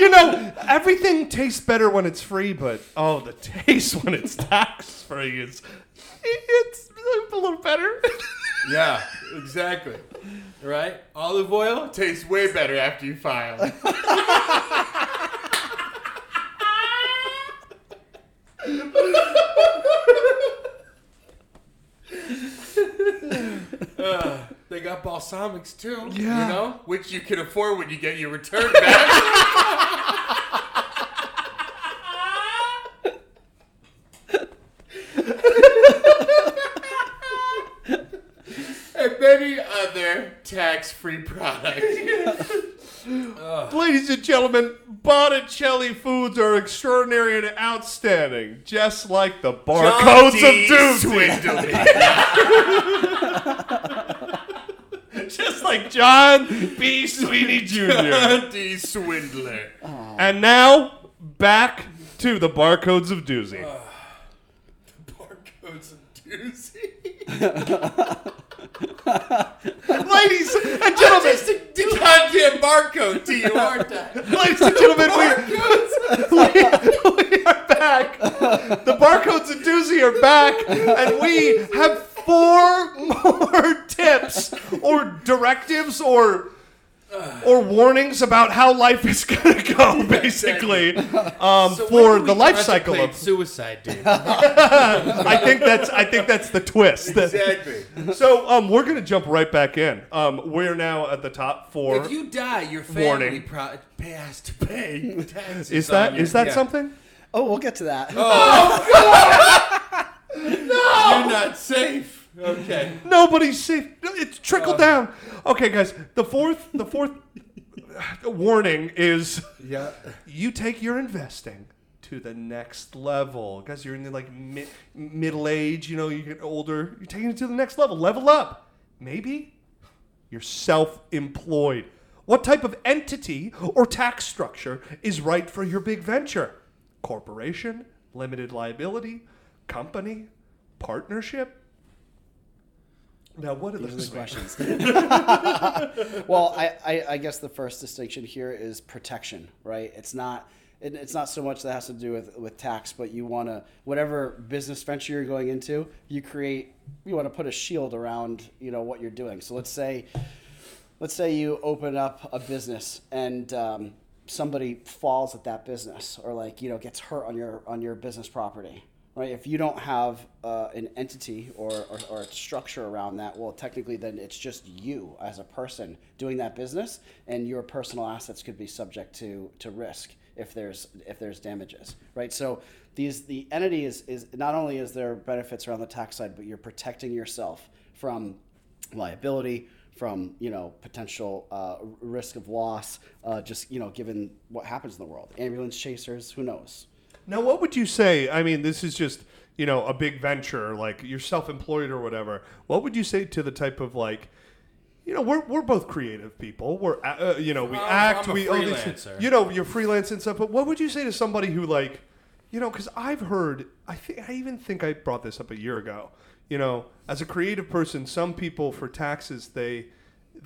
you know, everything tastes better when it's free, but oh, the taste when it's tax free is, it's a little better. Yeah, exactly. Right? Olive oil tastes way better after you file. Uh, they got balsamics too, Yeah. you know, which you can afford when you get your return back. tax-free product. Ladies and gentlemen, Botticelli foods are extraordinary and outstanding, just like the barcodes D. of doom. Swindle. just like John B. Sweeney Jr. D. Swindler. and now back to the barcodes of doozy. Barcodes and doozy. Ladies and gentlemen, Just a goddamn barcode to you, aren't I? ladies and gentlemen, we, we are back. The barcodes of doozy are back, and we have four more tips or directives or or warnings about how life is gonna go, basically, um, So when for do the we life cycle contemplate of. suicide, dude. I think that's I think that's the twist. exactly. So um, we're gonna jump right back in. Um, we're now at the top four. If you die, your family Warning. pro- has to pay taxes. Is that on you. is that Yeah. something? Oh, we'll get to that. You're not safe. Okay. Nobody's safe. It's trickled down. Okay, guys. The fourth, the fourth warning is Yeah. you take your investing to the next level, guys. You're in the like mid, middle age. You know, you get older. You're taking it to the next level. Level up. Maybe you're self-employed. What type of entity or tax structure is right for your big venture? Corporation, limited liability, company, partnership. Now, what are Those those are things? the questions. well, I, I, I guess the first distinction here is protection, right? It's not it, it's not so much that has to do with, with tax, but you want to whatever business venture you're going into, you create you want to put a shield around you know what you're doing. So let's say let's say you open up a business and um, somebody falls at that business or like you know gets hurt on your on your business property right if you don't have uh, an entity or, or, or a structure around that well technically then it's just you as a person doing that business and your personal assets could be subject to to risk if there's if there's damages right so these the entity is is not only is there benefits around the tax side but you're protecting yourself from liability from you know potential uh, risk of loss uh, just you know given what happens in the world ambulance chasers who knows Now, what would you say? I mean, this is just you know a big venture, like you're self-employed or whatever. What would you say to the type of like, you know, we're, we're both creative people. We're uh, you know we I'm- act, I'm a we all these things. freelancer. You know, you're freelance and stuff. But what would you say to somebody who like, you know, because I've heard, I think I even think I brought this up a year ago. You know, as a creative person, some people for taxes they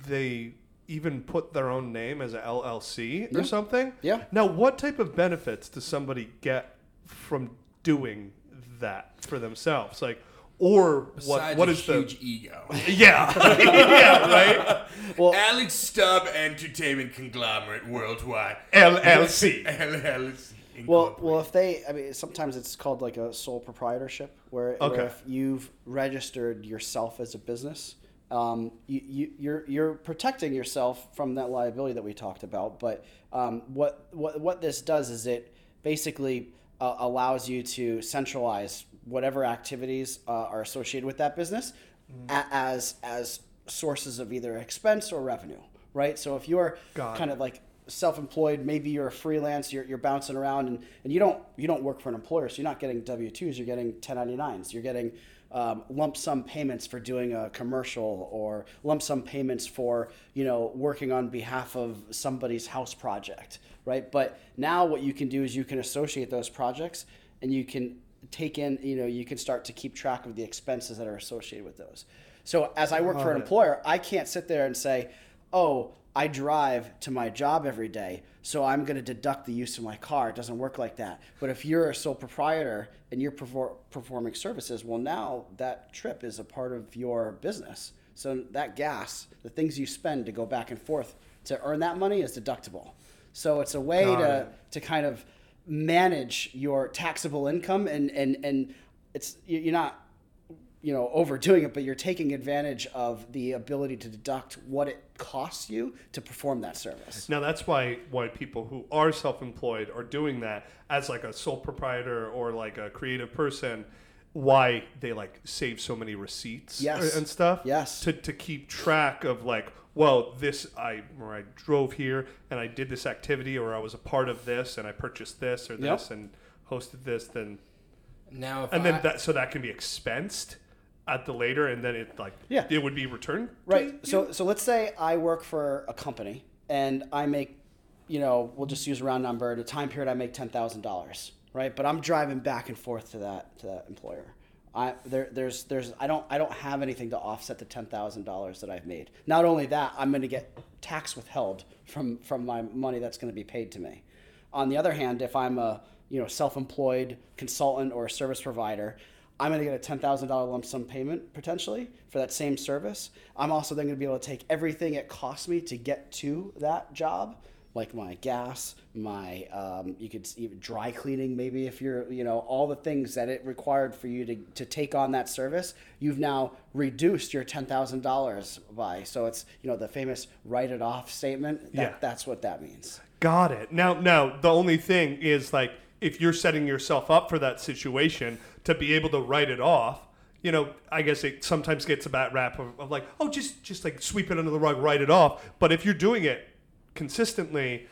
they even put their own name as a LLC or something. Yeah. Now, what type of benefits does somebody get from doing that for themselves? Like, or what? Besides What a is huge the? ego? Yeah, yeah, right. Alex Stubb Entertainment Conglomerate Worldwide. LLC. LLC. well well if they i mean sometimes it's called like a sole proprietorship where, where Okay. if you've registered yourself as a business um, you, you, you're you're protecting yourself from that liability that we talked about but um, what what what this does is it basically uh, allows you to centralize whatever activities uh, are associated with that business a- as as sources of either expense or revenue right so if you're kind of like self-employed maybe you're a freelance you're, you're bouncing around and, and you don't you don't work for an employer so you're not getting w-2s you're getting 1099s you're getting um, lump sum payments for doing a commercial or lump sum payments for you know working on behalf of somebody's house project right but now what you can do is you can associate those projects and you can take in you know you can start to keep track of the expenses that are associated with those so as i work for an employer i can't sit there and say oh i drive to my job every day so i'm going to deduct the use of my car it doesn't work like that but if you're a sole proprietor and you're perfor- performing services well now that trip is a part of your business so that gas the things you spend to go back and forth to earn that money is deductible so it's a way to, to kind of manage your taxable income and, and, and it's you- you're not you know overdoing it but you're taking advantage of the ability to deduct what it costs you to perform that service Now that's why why people who are self-employed are doing that as like a sole proprietor or like a creative person. why they like save so many receipts Yes. and stuff. Yes. To, to keep track of like, well, this I or I drove here and I did this activity or I was a part of this and I purchased this or Yep. this and hosted this then Now, if and I, then that so that can be expensed at the later and then it like Yeah. it would be returned. Right. So so let's say I work for a company and I make, you know, we'll just use a round number. In a time period, I make ten thousand dollars, right? But I'm driving back and forth to that to that employer. I there there's there's I don't I don't have anything to offset the ten thousand dollars that I've made. Not only that, I'm going to get tax withheld from from my money that's going to be paid to me. On the other hand, if I'm a you know self-employed consultant or a service provider, I'm going to get a ten thousand dollar lump sum payment potentially for that same service. I'm also then going to be able to take everything it cost me to get to that job, like my gas, my um, you could s- even dry cleaning maybe if you're you know all the things that it required for you to to take on that service. You've now reduced your ten thousand dollars by so it's you know the famous write it off statement. That, Yeah. that's what that means. Got it. Now, now the only thing is like if you're setting yourself up for that situation to be able to write it off, you know, I guess it sometimes gets a bad rap of, of like, oh, just just like sweep it under the rug, write it off. But if you're doing it consistently,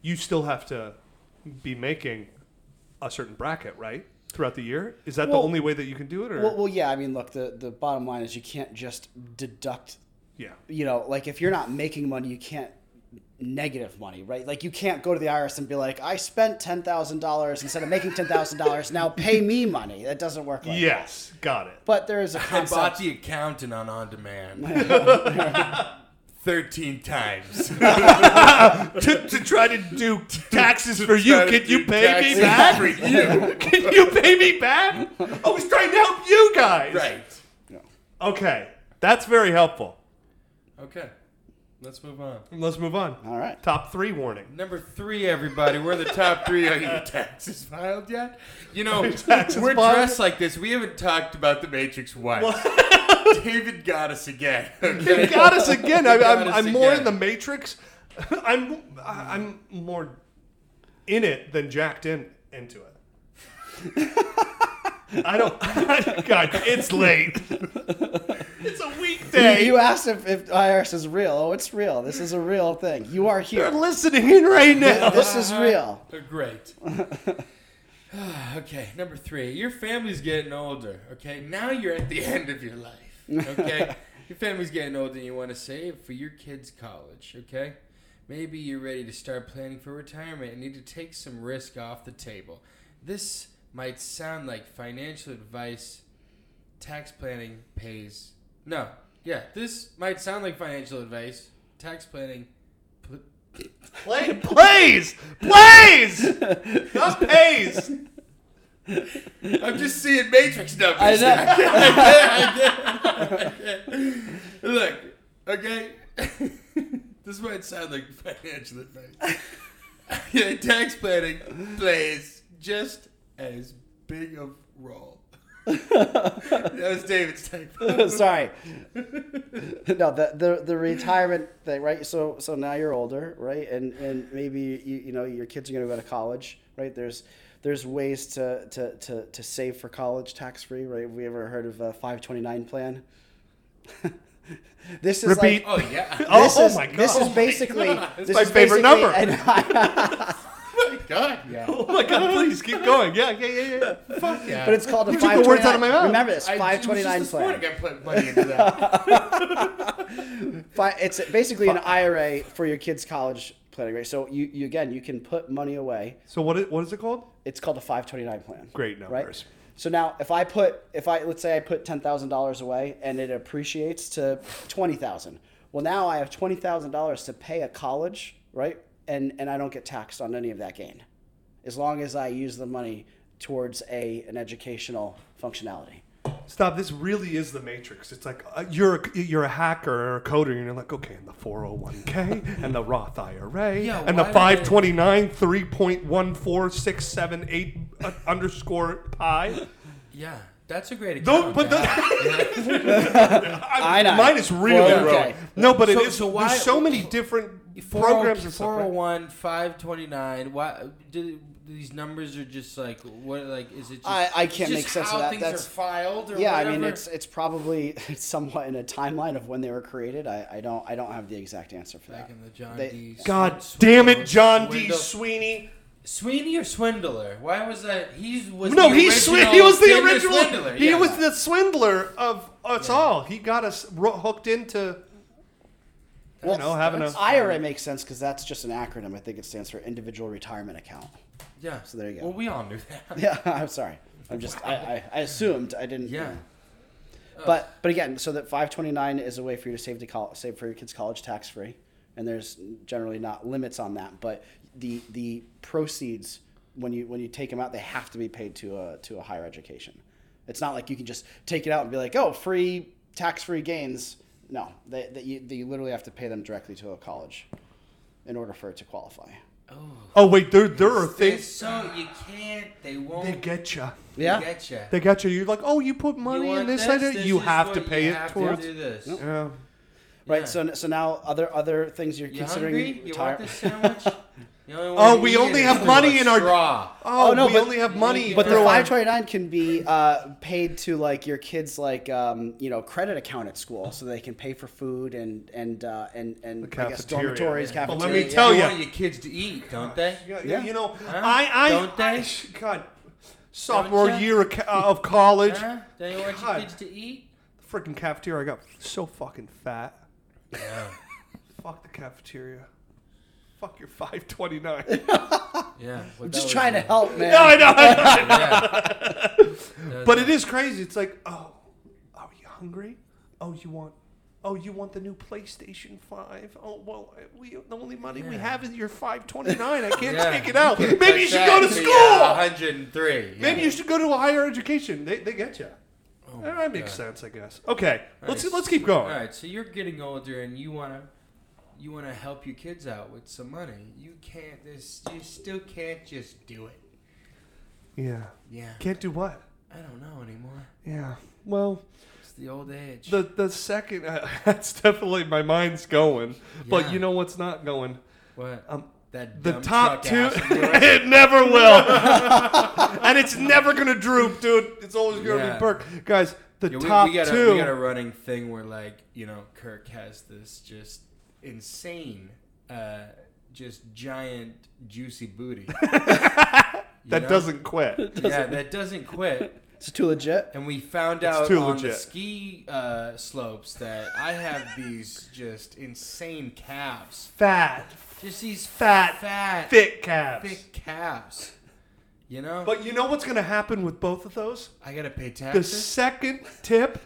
you still have to be making a certain bracket, right? Throughout the year, is that Well- the only way that you can do it, or Well, well, yeah. I mean, look, the the bottom line is you can't just deduct yeah? you know, like if you're not making money, you can't negative money, right? Like you can't go to the IRS and be like, I spent ten thousand dollars instead of making ten thousand dollars. Now pay me money. That doesn't work like that. Yes, got it. But there is a I bought concept. the accountant on on demand. Thirteen times. to, to try to do taxes for you. try to Can do you pay me taxes back? for you. Can you pay me back? I was trying to help you guys. right. Okay. That's very helpful. Okay. Let's move on. Let's move on. All right. Top three warning. Number three, everybody. We're the top three. Are your taxes filed yet? You know, we're taxes filed? dressed like this. We haven't talked about the Matrix once. David got us again. You Okay. got us again. I, You got I'm, us I'm more in again. the Matrix. I'm I'm more in it than jacked in into it. I don't. God, it's late. It's a weekday. You asked if, if IRS is real. Oh, it's real. This is a real thing. You are You're here. listening in right now. This is real. Uh-huh. They're great. okay, number three. Your family's getting older. Okay, now you're at the end of your life. Okay, your family's getting older, and you want to save for your kids' college. Okay, maybe you're ready to start planning for retirement and need to take some risk off the table. This might sound like financial advice. Tax planning pays. No, yeah, this might sound like financial advice. Tax planning. Pl- Play, plays, plays, not pays. I'm just seeing Matrix numbers. I know. I can't, I can't. Look, okay. this might sound like financial advice. yeah, tax planning plays just as big of role. that was David's typo. Sorry. No, the, the the retirement thing, right? So so now you're older, right? And and maybe you you know your kids are gonna go to college, right? There's there's ways to to to, to save for college tax free, right? Have we ever heard of a 529 plan? this is Repeat. like. Oh yeah. Oh, This oh is, my god! This is basically this my is favorite basically- number. and- God, yeah. oh my god! Please keep going. Yeah, yeah, yeah, yeah. Fuck yeah. but it's called a You took the words out of my 529 mouth. Remember this I- it was 529 just this plan. morning I put money into that. Fi- it's basically an IRA for your kids' college planning, right? So you, you again, you can put money away. So what? Is, what is it called? It's called a 529 plan. Great numbers. So now, if I put, if I let's say I put ten thousand dollars away and it appreciates to twenty thousand, well now I have twenty thousand dollars to pay a college, right? And and I don't get taxed on any of that gain, as long as I use the money towards a an educational functionality. Stop. This really is the Matrix. It's like uh, you're a, you're a hacker or a coder, and you're like, okay, and the 401k and the Roth IRA Yeah, and the why would they- 529 3.14678 uh, underscore pi. Yeah, that's a great Don't- account. but to have. I know. Mine is really Well, okay. wrong. No, but it So- is. so why- there's so many different programs and stuff, right? 401, 529. Why do these numbers are just like what? Like is it? Just, I- I can't just make sense of how that. Things That's- are filed. Or yeah, I mean whatever? it's it's probably somewhat in a timeline of when they were created. I, I don't I don't have the exact answer for back that. in the John They- D. Swi- God Swindle- damn it, John D. Swindle- Sweeney. Sweeney or Swindler? Why was that? He was No, the he original swi- he was the Tinder original. Swindler. He yeah. was the swindler of us all. He got us ro- hooked into. I don't know, having a. IRA makes sense because that's just an acronym. I think it stands for Individual Retirement Account. Yeah. So there you go. Well, we all knew that. Yeah, I'm sorry. I'm just I, I, I assumed I didn't. Yeah. But but again, so that 529 is a way for you to save to col- save for your kids' college tax free, and there's generally not limits on that. But the the proceeds when you when you take them out, they have to be paid to a to a higher education. It's not like you can just take it out and be like, oh, free tax free gains. No, they, they, you, you literally have to pay them directly to a college in order for it to qualify. Oh wait, there there are It's things so you can't. They won't. they get you. Yeah. Get you. They got you. You're like, oh, you put money in this. I did- you have to pay it towards. do this. Yeah. Yeah. Right. So so now other other things you're You considering. hungry? You retire- want this sandwich? You only Oh, want we to eat only it have through money a in our- straw. Oh, no, we but- only have money. But the through our- 529 can be uh, paid to like your kids like um, you know credit account at school, so they can pay for food and and uh, and and I guess cafeteria. dormitories, But cafeteria. let me tell They you. want your kids to eat, don't they? Yeah, yeah, you know, Huh? I, I, Don't they? I- God, sophomore Don't ya? year of, ca- of college, Huh? They want God. your kids to eat. freaking cafeteria. I got so fucking fat. Yeah. Fuck the cafeteria. Fuck your 529. Yeah. I'm just trying to help, man. no, I know, I know. help. But it is crazy. It's like, oh, are you hungry? Oh, you want. Oh, you want the new PlayStation 5? Oh, well, we the only money we have is your 529. I can't Yeah. take it out. Maybe you should go to uh, school. 103. yeah. Oh Maybe you should go to a higher education. They, they get you. that makes sense, I guess. Okay, let's Nice. let's keep going. All right, so you're getting older and you want to you want to help your kids out with some money. You can't this you still can't just do it. Yeah. Yeah. Can't do what? I don't know anymore. Yeah. Well, It's the old age. the the second uh, that's definitely my mind's going, but Yeah. you know what's not going? what? Um, that the dumb top truck two. ass of yours. it never will, and it's never gonna droop, dude. It's always gonna Yeah. be perk, guys. The Yeah, we, top we got two. A, we got a running thing where like you know Kirk has this just insane, uh, just giant juicy booty. You that know? doesn't quit. Yeah, that doesn't quit. It's too legit. And we found out too on the legit. ski uh, slopes that I have these just insane calves. Fat, Just these Fat, fat, thick calves. thick calves. You know, But you know what's gonna happen with both of those? I gotta pay The taxes. second tip,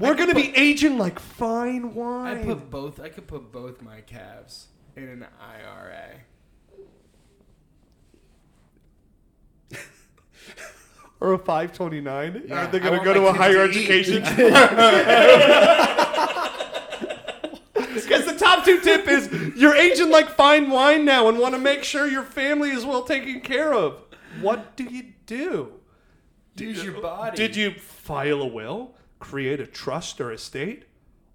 we're going to be aging like fine I wine. put both. I could put both my calves in an IRA. or a 529. Yeah, Are they I going to want go to my a kids higher to eat. education? Because the top two tip is you're aging like fine wine now and want to make sure your family is well taken care of. What do you do? Use your body. Did you file a will, create a trust or estate?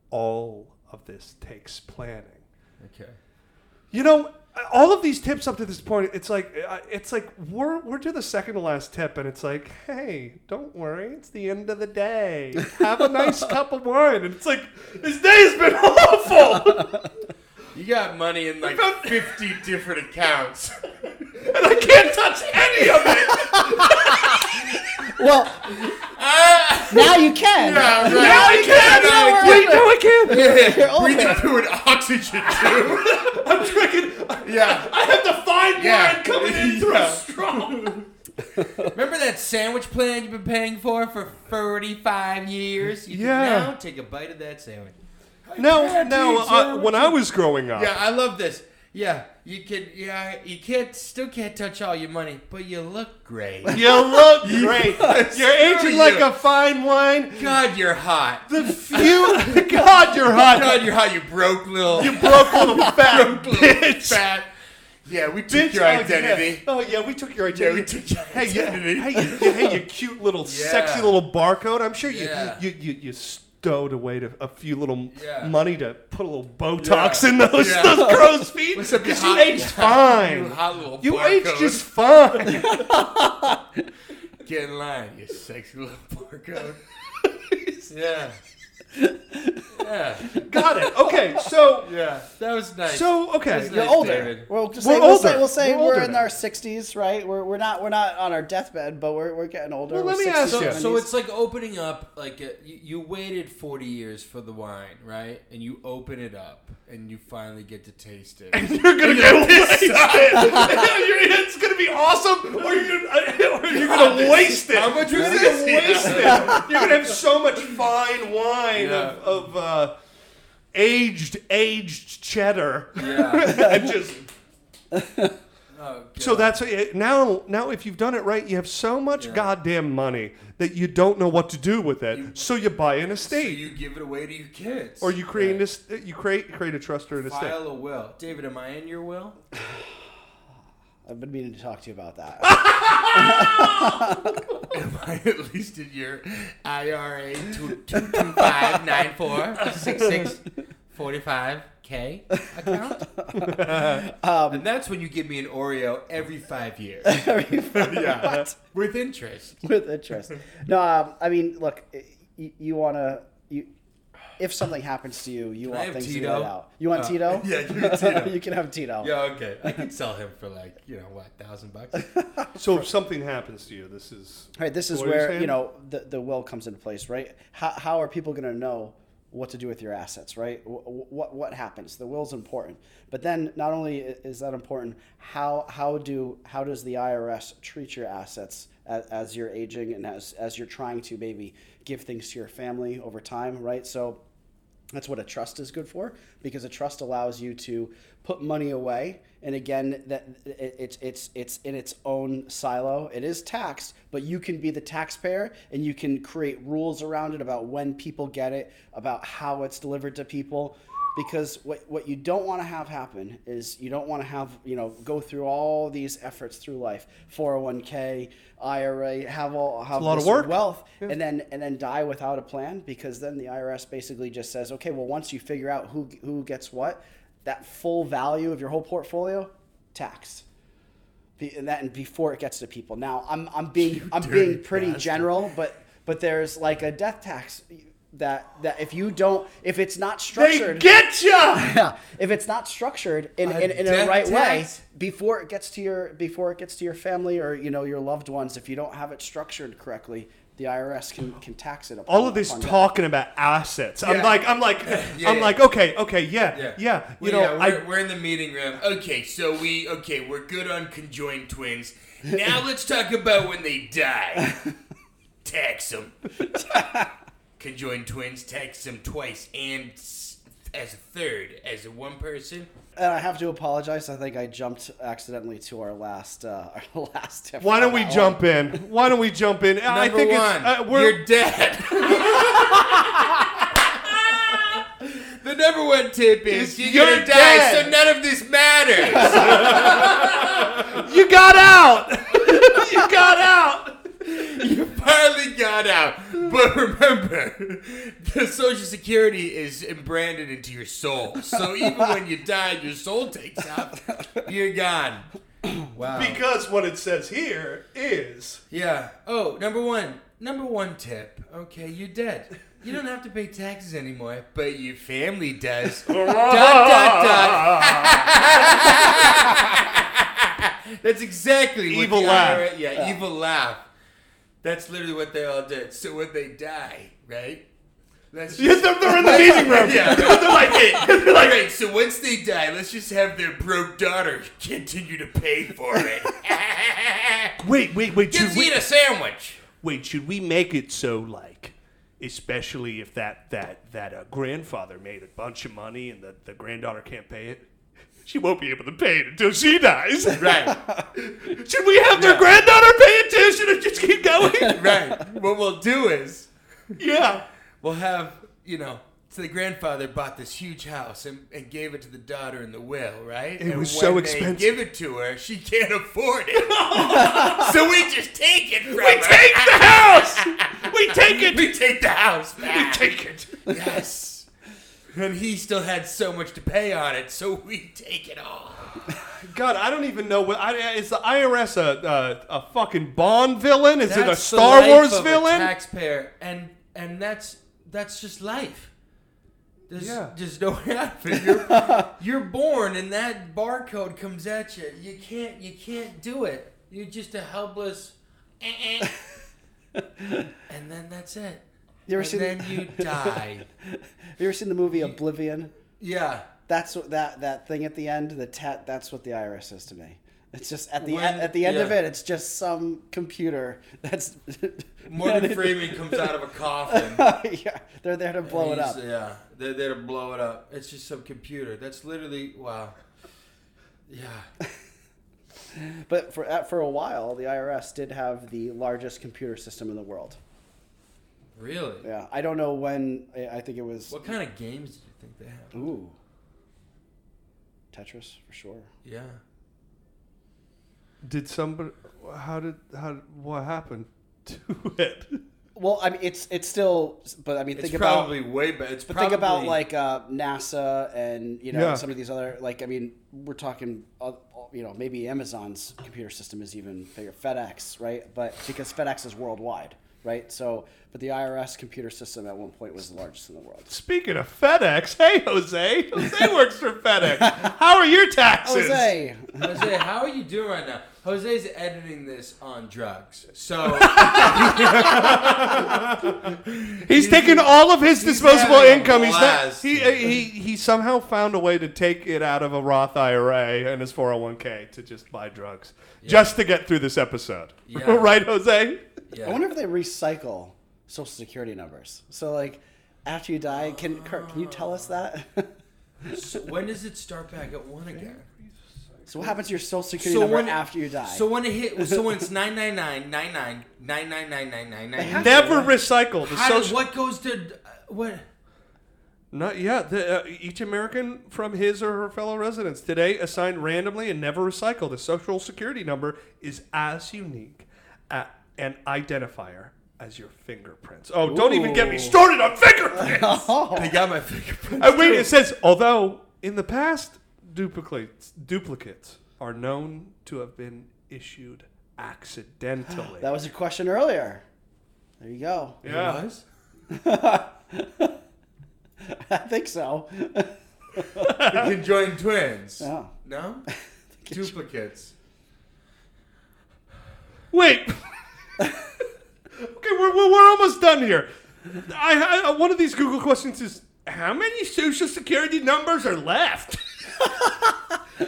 All of this takes planning. Okay. You know, all of these tips up to this point, it's like uh, it's like we're we're to the second to last tip, and it's like, hey, don't worry, it's the end of the day. Have a nice cup of wine, and it's like this day has been awful, You got money in like 50 different accounts. and I can't touch any of it. Well, now you can. Now I can. Wait, now I can. You're older. through an oxygen tube. I'm drinking. yeah. I have to find Yeah. wine coming in through a Yeah. straw. Remember that sandwich plan you've been paying for for 35 years? You Yeah. can now take a bite of that sandwich. No, no. Uh, when I was growing up, Yeah, I love this. Yeah, you can. Yeah, you can't. Still can't touch all your money, but you look great. you look great. You're aging like you. a fine wine. God, you're hot. The few. God, you're hot. God, you're hot. You broke little. You broke little fat little bitch. fat. Yeah, we took Bitch, Oh yeah. oh yeah, we took your identity. Yeah, we took your hey, you, identity. hey, you, you- hey, you cute little Yeah. sexy little barcode. I'm sure you, Yeah. you, you, you, s- stowed away to a few little Yeah. money to put a little Botox Yeah. in those, Yeah. those crow's feet. What's up, you Because you hot- aged You fine. hot little You barcode. aged just fine. Get in line, you sexy little barcode. yeah. Yeah. Got it. Okay, so Yeah. That was nice. so okay. That's You're nice, older. David. Well, just We're say, we'll say, older. we'll say We're we're, older in now. our 60s, right? We're, we're not we're not on our deathbed, but we're, we're getting older. Well, We're let me 60s, ask you- So, so 70s. it's like opening up, like uh, you, you waited 40 years for the wine, right? And you open it up and you finally get to taste it. You're gonna get wasted. Your- it's gonna be awesome, or you're gonna, or you're gonna waste it. How much you're gonna waste it. You're gonna have so much fine wine of, of uh, aged aged cheddar, yeah. and just Oh, so God. that's it. now now if you've done it right, you have so much Yeah. goddamn money that you don't know what to do with it, so you buy an So estate, you give it away to your kids. or you create an Right. est- you create create a trust or an estate. File a will. David, am I in your will? I've been meaning to talk to you about that. Am I at least in your IRA two two two five nine four six six forty five K account? Um, And that's when you give me an Oreo every five years Yeah. With interest. with interest. No, um, I mean, look, y- you, you want to you if something happens to you, you I want have things to Tito? get out. You want Uh, Tito? yeah, give me Tito. you can have Tito. Yeah, okay. I could sell him for like, you know, what, thousand bucks? So if something happens to you, this is All right, this is Lawyer's where hand? you know the, the will comes into place, right? How, how are people going to know what to do with your assets, right? What, what what happens? The will's important, but then not only i- is that important, how how do how does the IRS treat your assets as, as you're aging and as as you're trying to maybe give things to your family over time, right? So that's what a trust is good for because a trust allows you to put money away. And again, that it- it's it's it's in its own silo. It is taxed, but you can be the taxpayer and you can create rules around it about when people get it, about how it's delivered to people. Because what, what you don't want to have happen is you don't want to have, you know, go through all these efforts through life, 401k, IRA, have all, have a lot of this work. wealth and then and then die without a plan because then the IRS basically just says, okay, well once you figure out who who gets what, that full value of your whole portfolio, tax. Be, and that and before it gets to people. Now I'm I'm being I'm being pretty general, but but there's like a death tax that that if you don't if it's not structured get ya. yeah, if it's not structured in, in, in a death right tax? way before it gets to your before it gets to your family or you know your loved ones, if you don't have it structured correctly, the IRS can, can tax it. Upon, All of this upon that. talking about assets. I'm Yeah. like, I'm like, Yeah, I'm yeah. like, okay, okay, yeah, yeah. Yeah. you Well, know, yeah, we're, I, we're in the meeting room. Okay, so we okay, we're good on conjoined twins. Now let's talk about when they die. Tax them. conjoined twins tax them twice and s- as a third as a one person. And I have to apologize. I think I jumped accidentally to our last uh, our last. tip why on don't we that jump in? Why don't we jump in? Number I think one, it's uh, we're you're dead. the number one tip is Is you're, you're gonna die, so dead. none of this matters. you got out. you got out. you finally got out. But remember, the Social Security is branded into your soul. So even when you die, your soul takes out. You're gone. Wow. Because what it says here is yeah. Oh, number one. Number one tip. Okay, you're dead. You don't have to pay taxes anymore, but your family does. dot, dot, dot. That's exactly what Evil the laugh. IRA yeah, evil laugh. That's literally what they all did. So when they die, right? Let's yes, they're, they're in the meeting room. yeah, they're like, they're All like, right, so once they die, let's just have their broke daughter continue to pay for it. wait, wait, wait, Just should we, eat a sandwich. wait, should we make it so like? Especially if that that that uh, grandfather made a bunch of money and the, the granddaughter can't pay it, she won't be able to pay it until she dies. Right, Should we have their granddaughter pay it too? Should it just keep going? right. What we'll do is yeah. we'll have, you know, so the grandfather bought this huge house and, and gave it to the daughter in the will, right? It and was when so they expensive. give it to her, she can't afford it. so we just take it from her. We take the house! We take it. We take the house. We take it. Yes. And he still had so much to pay on it, so we take it all. God, I don't even know what. I, is the IRS a, a, a fucking Bond villain? Is it a That's the Star life Wars of a villain? taxpayer, and and that's that's just life. There's, Yeah. there's no way out of it. You're, you're born, and that barcode comes at you. You can't you can't do it. You're just a helpless. eh, eh. and then that's it. You ever and seen- then you die. Have you ever seen the movie Oblivion? Yeah. That's what that that thing at the end. The tat. That's what the IRS is to me. It's just at the When- end, at the end of yeah. it, it's just some computer that's. Morgan Freeman comes out of a coffin. yeah, they're there to blow it He's- up. Yeah, they're there to blow it up. It's just some computer. That's literally wow. Yeah. But for uh, for a while, the IRS did have the largest computer system in the world. Really? Yeah, I don't know when. I I think it was. What kind of games do you think they have? Ooh. Tetris for sure. Yeah. Did somebody? How did? How? What happened to it? Well, I mean, it's it's still, but I mean, It's think about. probably way better. It's But probably, think about like uh, NASA and you know Yeah. some of these other like I mean we're talking uh, you know maybe Amazon's computer system is even bigger FedEx right but because FedEx is worldwide right so but the IRS computer system at one point was the largest in the world. Speaking of FedEx, hey Jose, Jose works for FedEx. How are your taxes? Jose, Jose, how are you doing right now? Jose's editing this on drugs. So He's taking all of his disposable having a income. He's not, blast. he, uh, he he somehow found a way to take it out of a Roth IRA and his 401k to just buy drugs just to get through this episode. Yeah. right, Jose? I wonder if they recycle social security numbers. So like after you die, can Kurt, can you tell us that? so when does it start back at one again? so what happens to your social security number after you die? So when it hit so when it's nine nine nine nine nine nine nine nine nine nine nine Never recycle the how did, social. what goes to uh, what Not yet. The, uh, each American from his or her fellow residents today assigned randomly and never recycled. The social security number is as unique a an identifier as your fingerprints. Oh, don't even get me started on fingerprints. Oh, I got my fingerprints. And wait, it says although in the past duplicates duplicates are known to have been issued accidentally. that was a question earlier. There you go. yeah. I think so. You can join twins. Yeah. No? Duplicates. Wait. okay, we're, we're, we're almost done here. I, I one of these Google questions is how many social security numbers are left?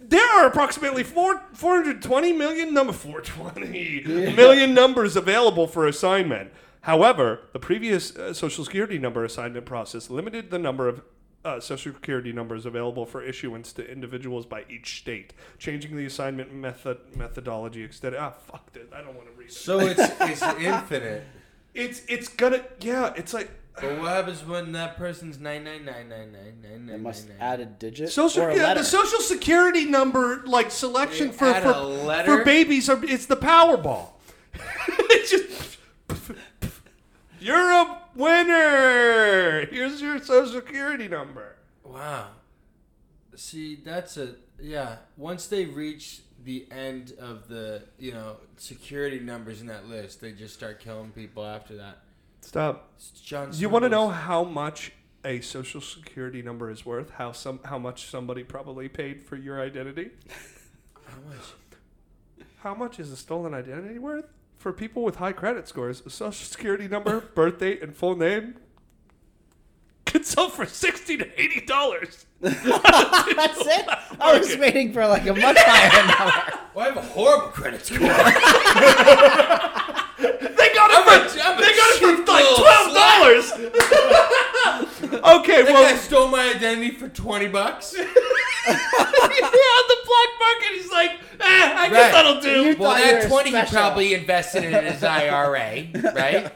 there are approximately four, 420 million number 420 million numbers available for assignment. However, the previous uh, social security number assignment process limited the number of uh, social security numbers available for issuance to individuals by each state, changing the assignment method methodology extended. Ah, fuck this. I don't want to read it. So it's it's infinite. It's it's gonna yeah. It's like But what happens when that person's nine nine nine nine nine nine I nine must nine nine? add a digit social or a yeah, letter. the social security number like selection They for add for, a letter? for babies are it's the Powerball. it's just you're a winner. Here's your social security number. Wow. See, that's a yeah. Once they reach the end of the you know security numbers in that list, they just start killing people after that. Stop. It's John. Do you want to Snows. know how much a social security number is worth? How some how much somebody probably paid for your identity? how much? How much is a stolen identity worth? For people with high credit scores, a social security number, birth date, and full name could sell for sixty to eighty dollars. That's it. I was waiting for like a much higher number. Well, I have a horrible credit score. I'm They got it a, for I'm a they got it for cheap like little twelve slut. dollars. okay, That guy well, stole my identity for twenty bucks. yeah, on the black market, he's like, eh, I guess Right. that'll do. Well, thought you that were 20 he special. probably invested in his IRA, right?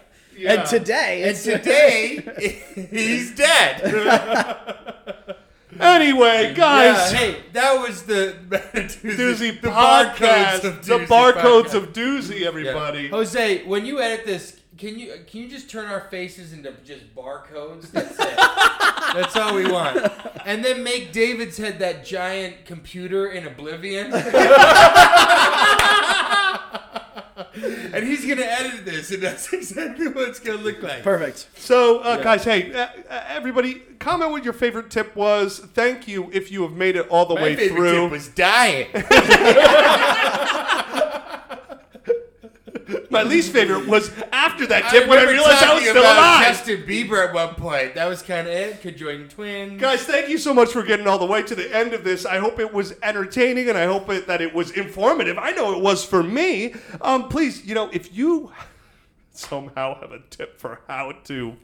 And today, And today, he's dead. Anyway, guys. Yeah, hey, that was the Doozy doozy podcast, the barcodes of doozy, Yeah. everybody. Jose, when you edit this, Can you can you just turn our faces into just barcodes? That's it. That's all we want. And then make David's head that giant computer in Oblivion. and he's gonna edit this, and that's exactly what it's gonna look like. Perfect. So, uh, guys, hey, uh, uh, everybody, comment what your favorite tip was. Thank you if you have made it all the My way favorite through. tip was diet. My least favorite was after that tip when I remember realized I was talking still about alive. Justin Bieber at one point. That was kind of it. Conjoined twins. Guys, thank you so much for getting all the way to the end of this. I hope it was entertaining and I hope it, that it was informative. I know it was for me. Um, please, you know, if you somehow have a tip for how to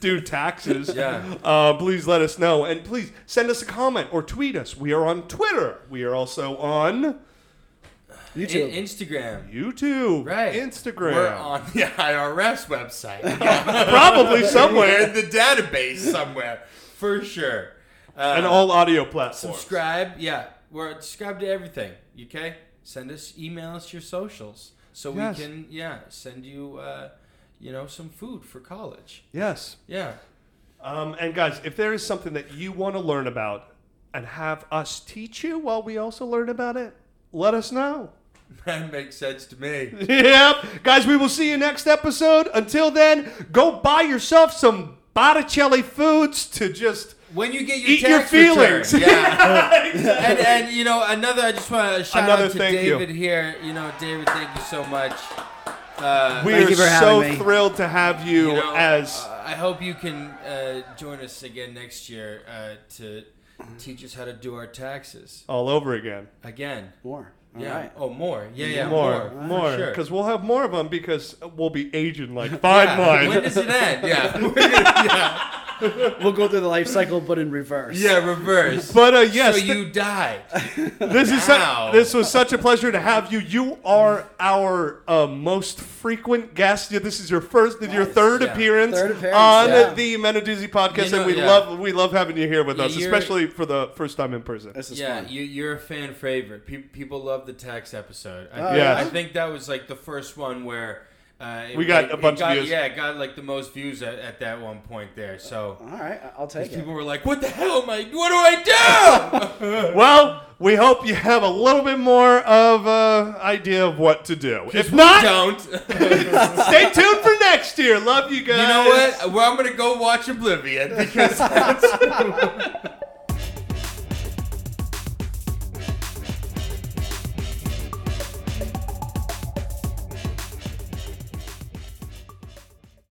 do taxes, Yeah. uh, please let us know. And please send us a comment or tweet us. We are on Twitter. We are also on In- YouTube. Instagram. YouTube, Right. Instagram. We're on the IRS website. Probably We're somewhere. in the database somewhere. For sure. Uh, and all audio platforms. subscribe. Yeah, we're subscribe to everything. Okay, send us email us your socials so Yes. we can yeah send you uh, you know some food for college. Yes. Yeah, Um, and guys, if there is something that you want to learn about and have us teach you while we also learn about it, let us know. that makes sense to me. yep. Guys, we will see you next episode. Until then, go buy yourself some Botticelli foods to just. When you get your Eat tax your return, feelings. yeah. and and you know another. I just want to shout Another out to thank you. David here. You know, David, thank you so much. Uh, We Thank are you for so having me. thrilled to have you, you know, as. uh, I hope you can uh, join us again next year uh, to teach us how to do our taxes all over again. again. More. All Yeah. right. Oh, more. Yeah, yeah, More, more, more, for sure. because we'll have more of them because we'll be aging like fine Yeah, wine. When does it end? Yeah. yeah. We'll go through the life cycle, but in reverse. Yeah, reverse. But uh, yes, so th- you die. This is Wow. su- this was such a pleasure to have you. You are our uh, most frequent guest. Yeah, This is your first, your third Yeah. appearance, Third appearance, on yeah. the Men of Doozy podcast, You know, and we yeah. love we love having you here with Yeah, us, you're- especially for the first time in person. This is yeah, fun. you, you're a fan favorite. Pe- people love the tax episode. I, Oh, think- yeah. I think that was like the first one where. Uh, it- We got it- a it bunch of got- views. Yeah, it got like the most views at, at that one point there. So All right. I- I'll take it. people were like, "What the hell am I? What do I do?" Well, we hope you have a little bit more of uh, idea of what to do. If I not, don't. stay tuned for next year. Love you guys. You know what? Well, I'm gonna go watch Oblivion because that's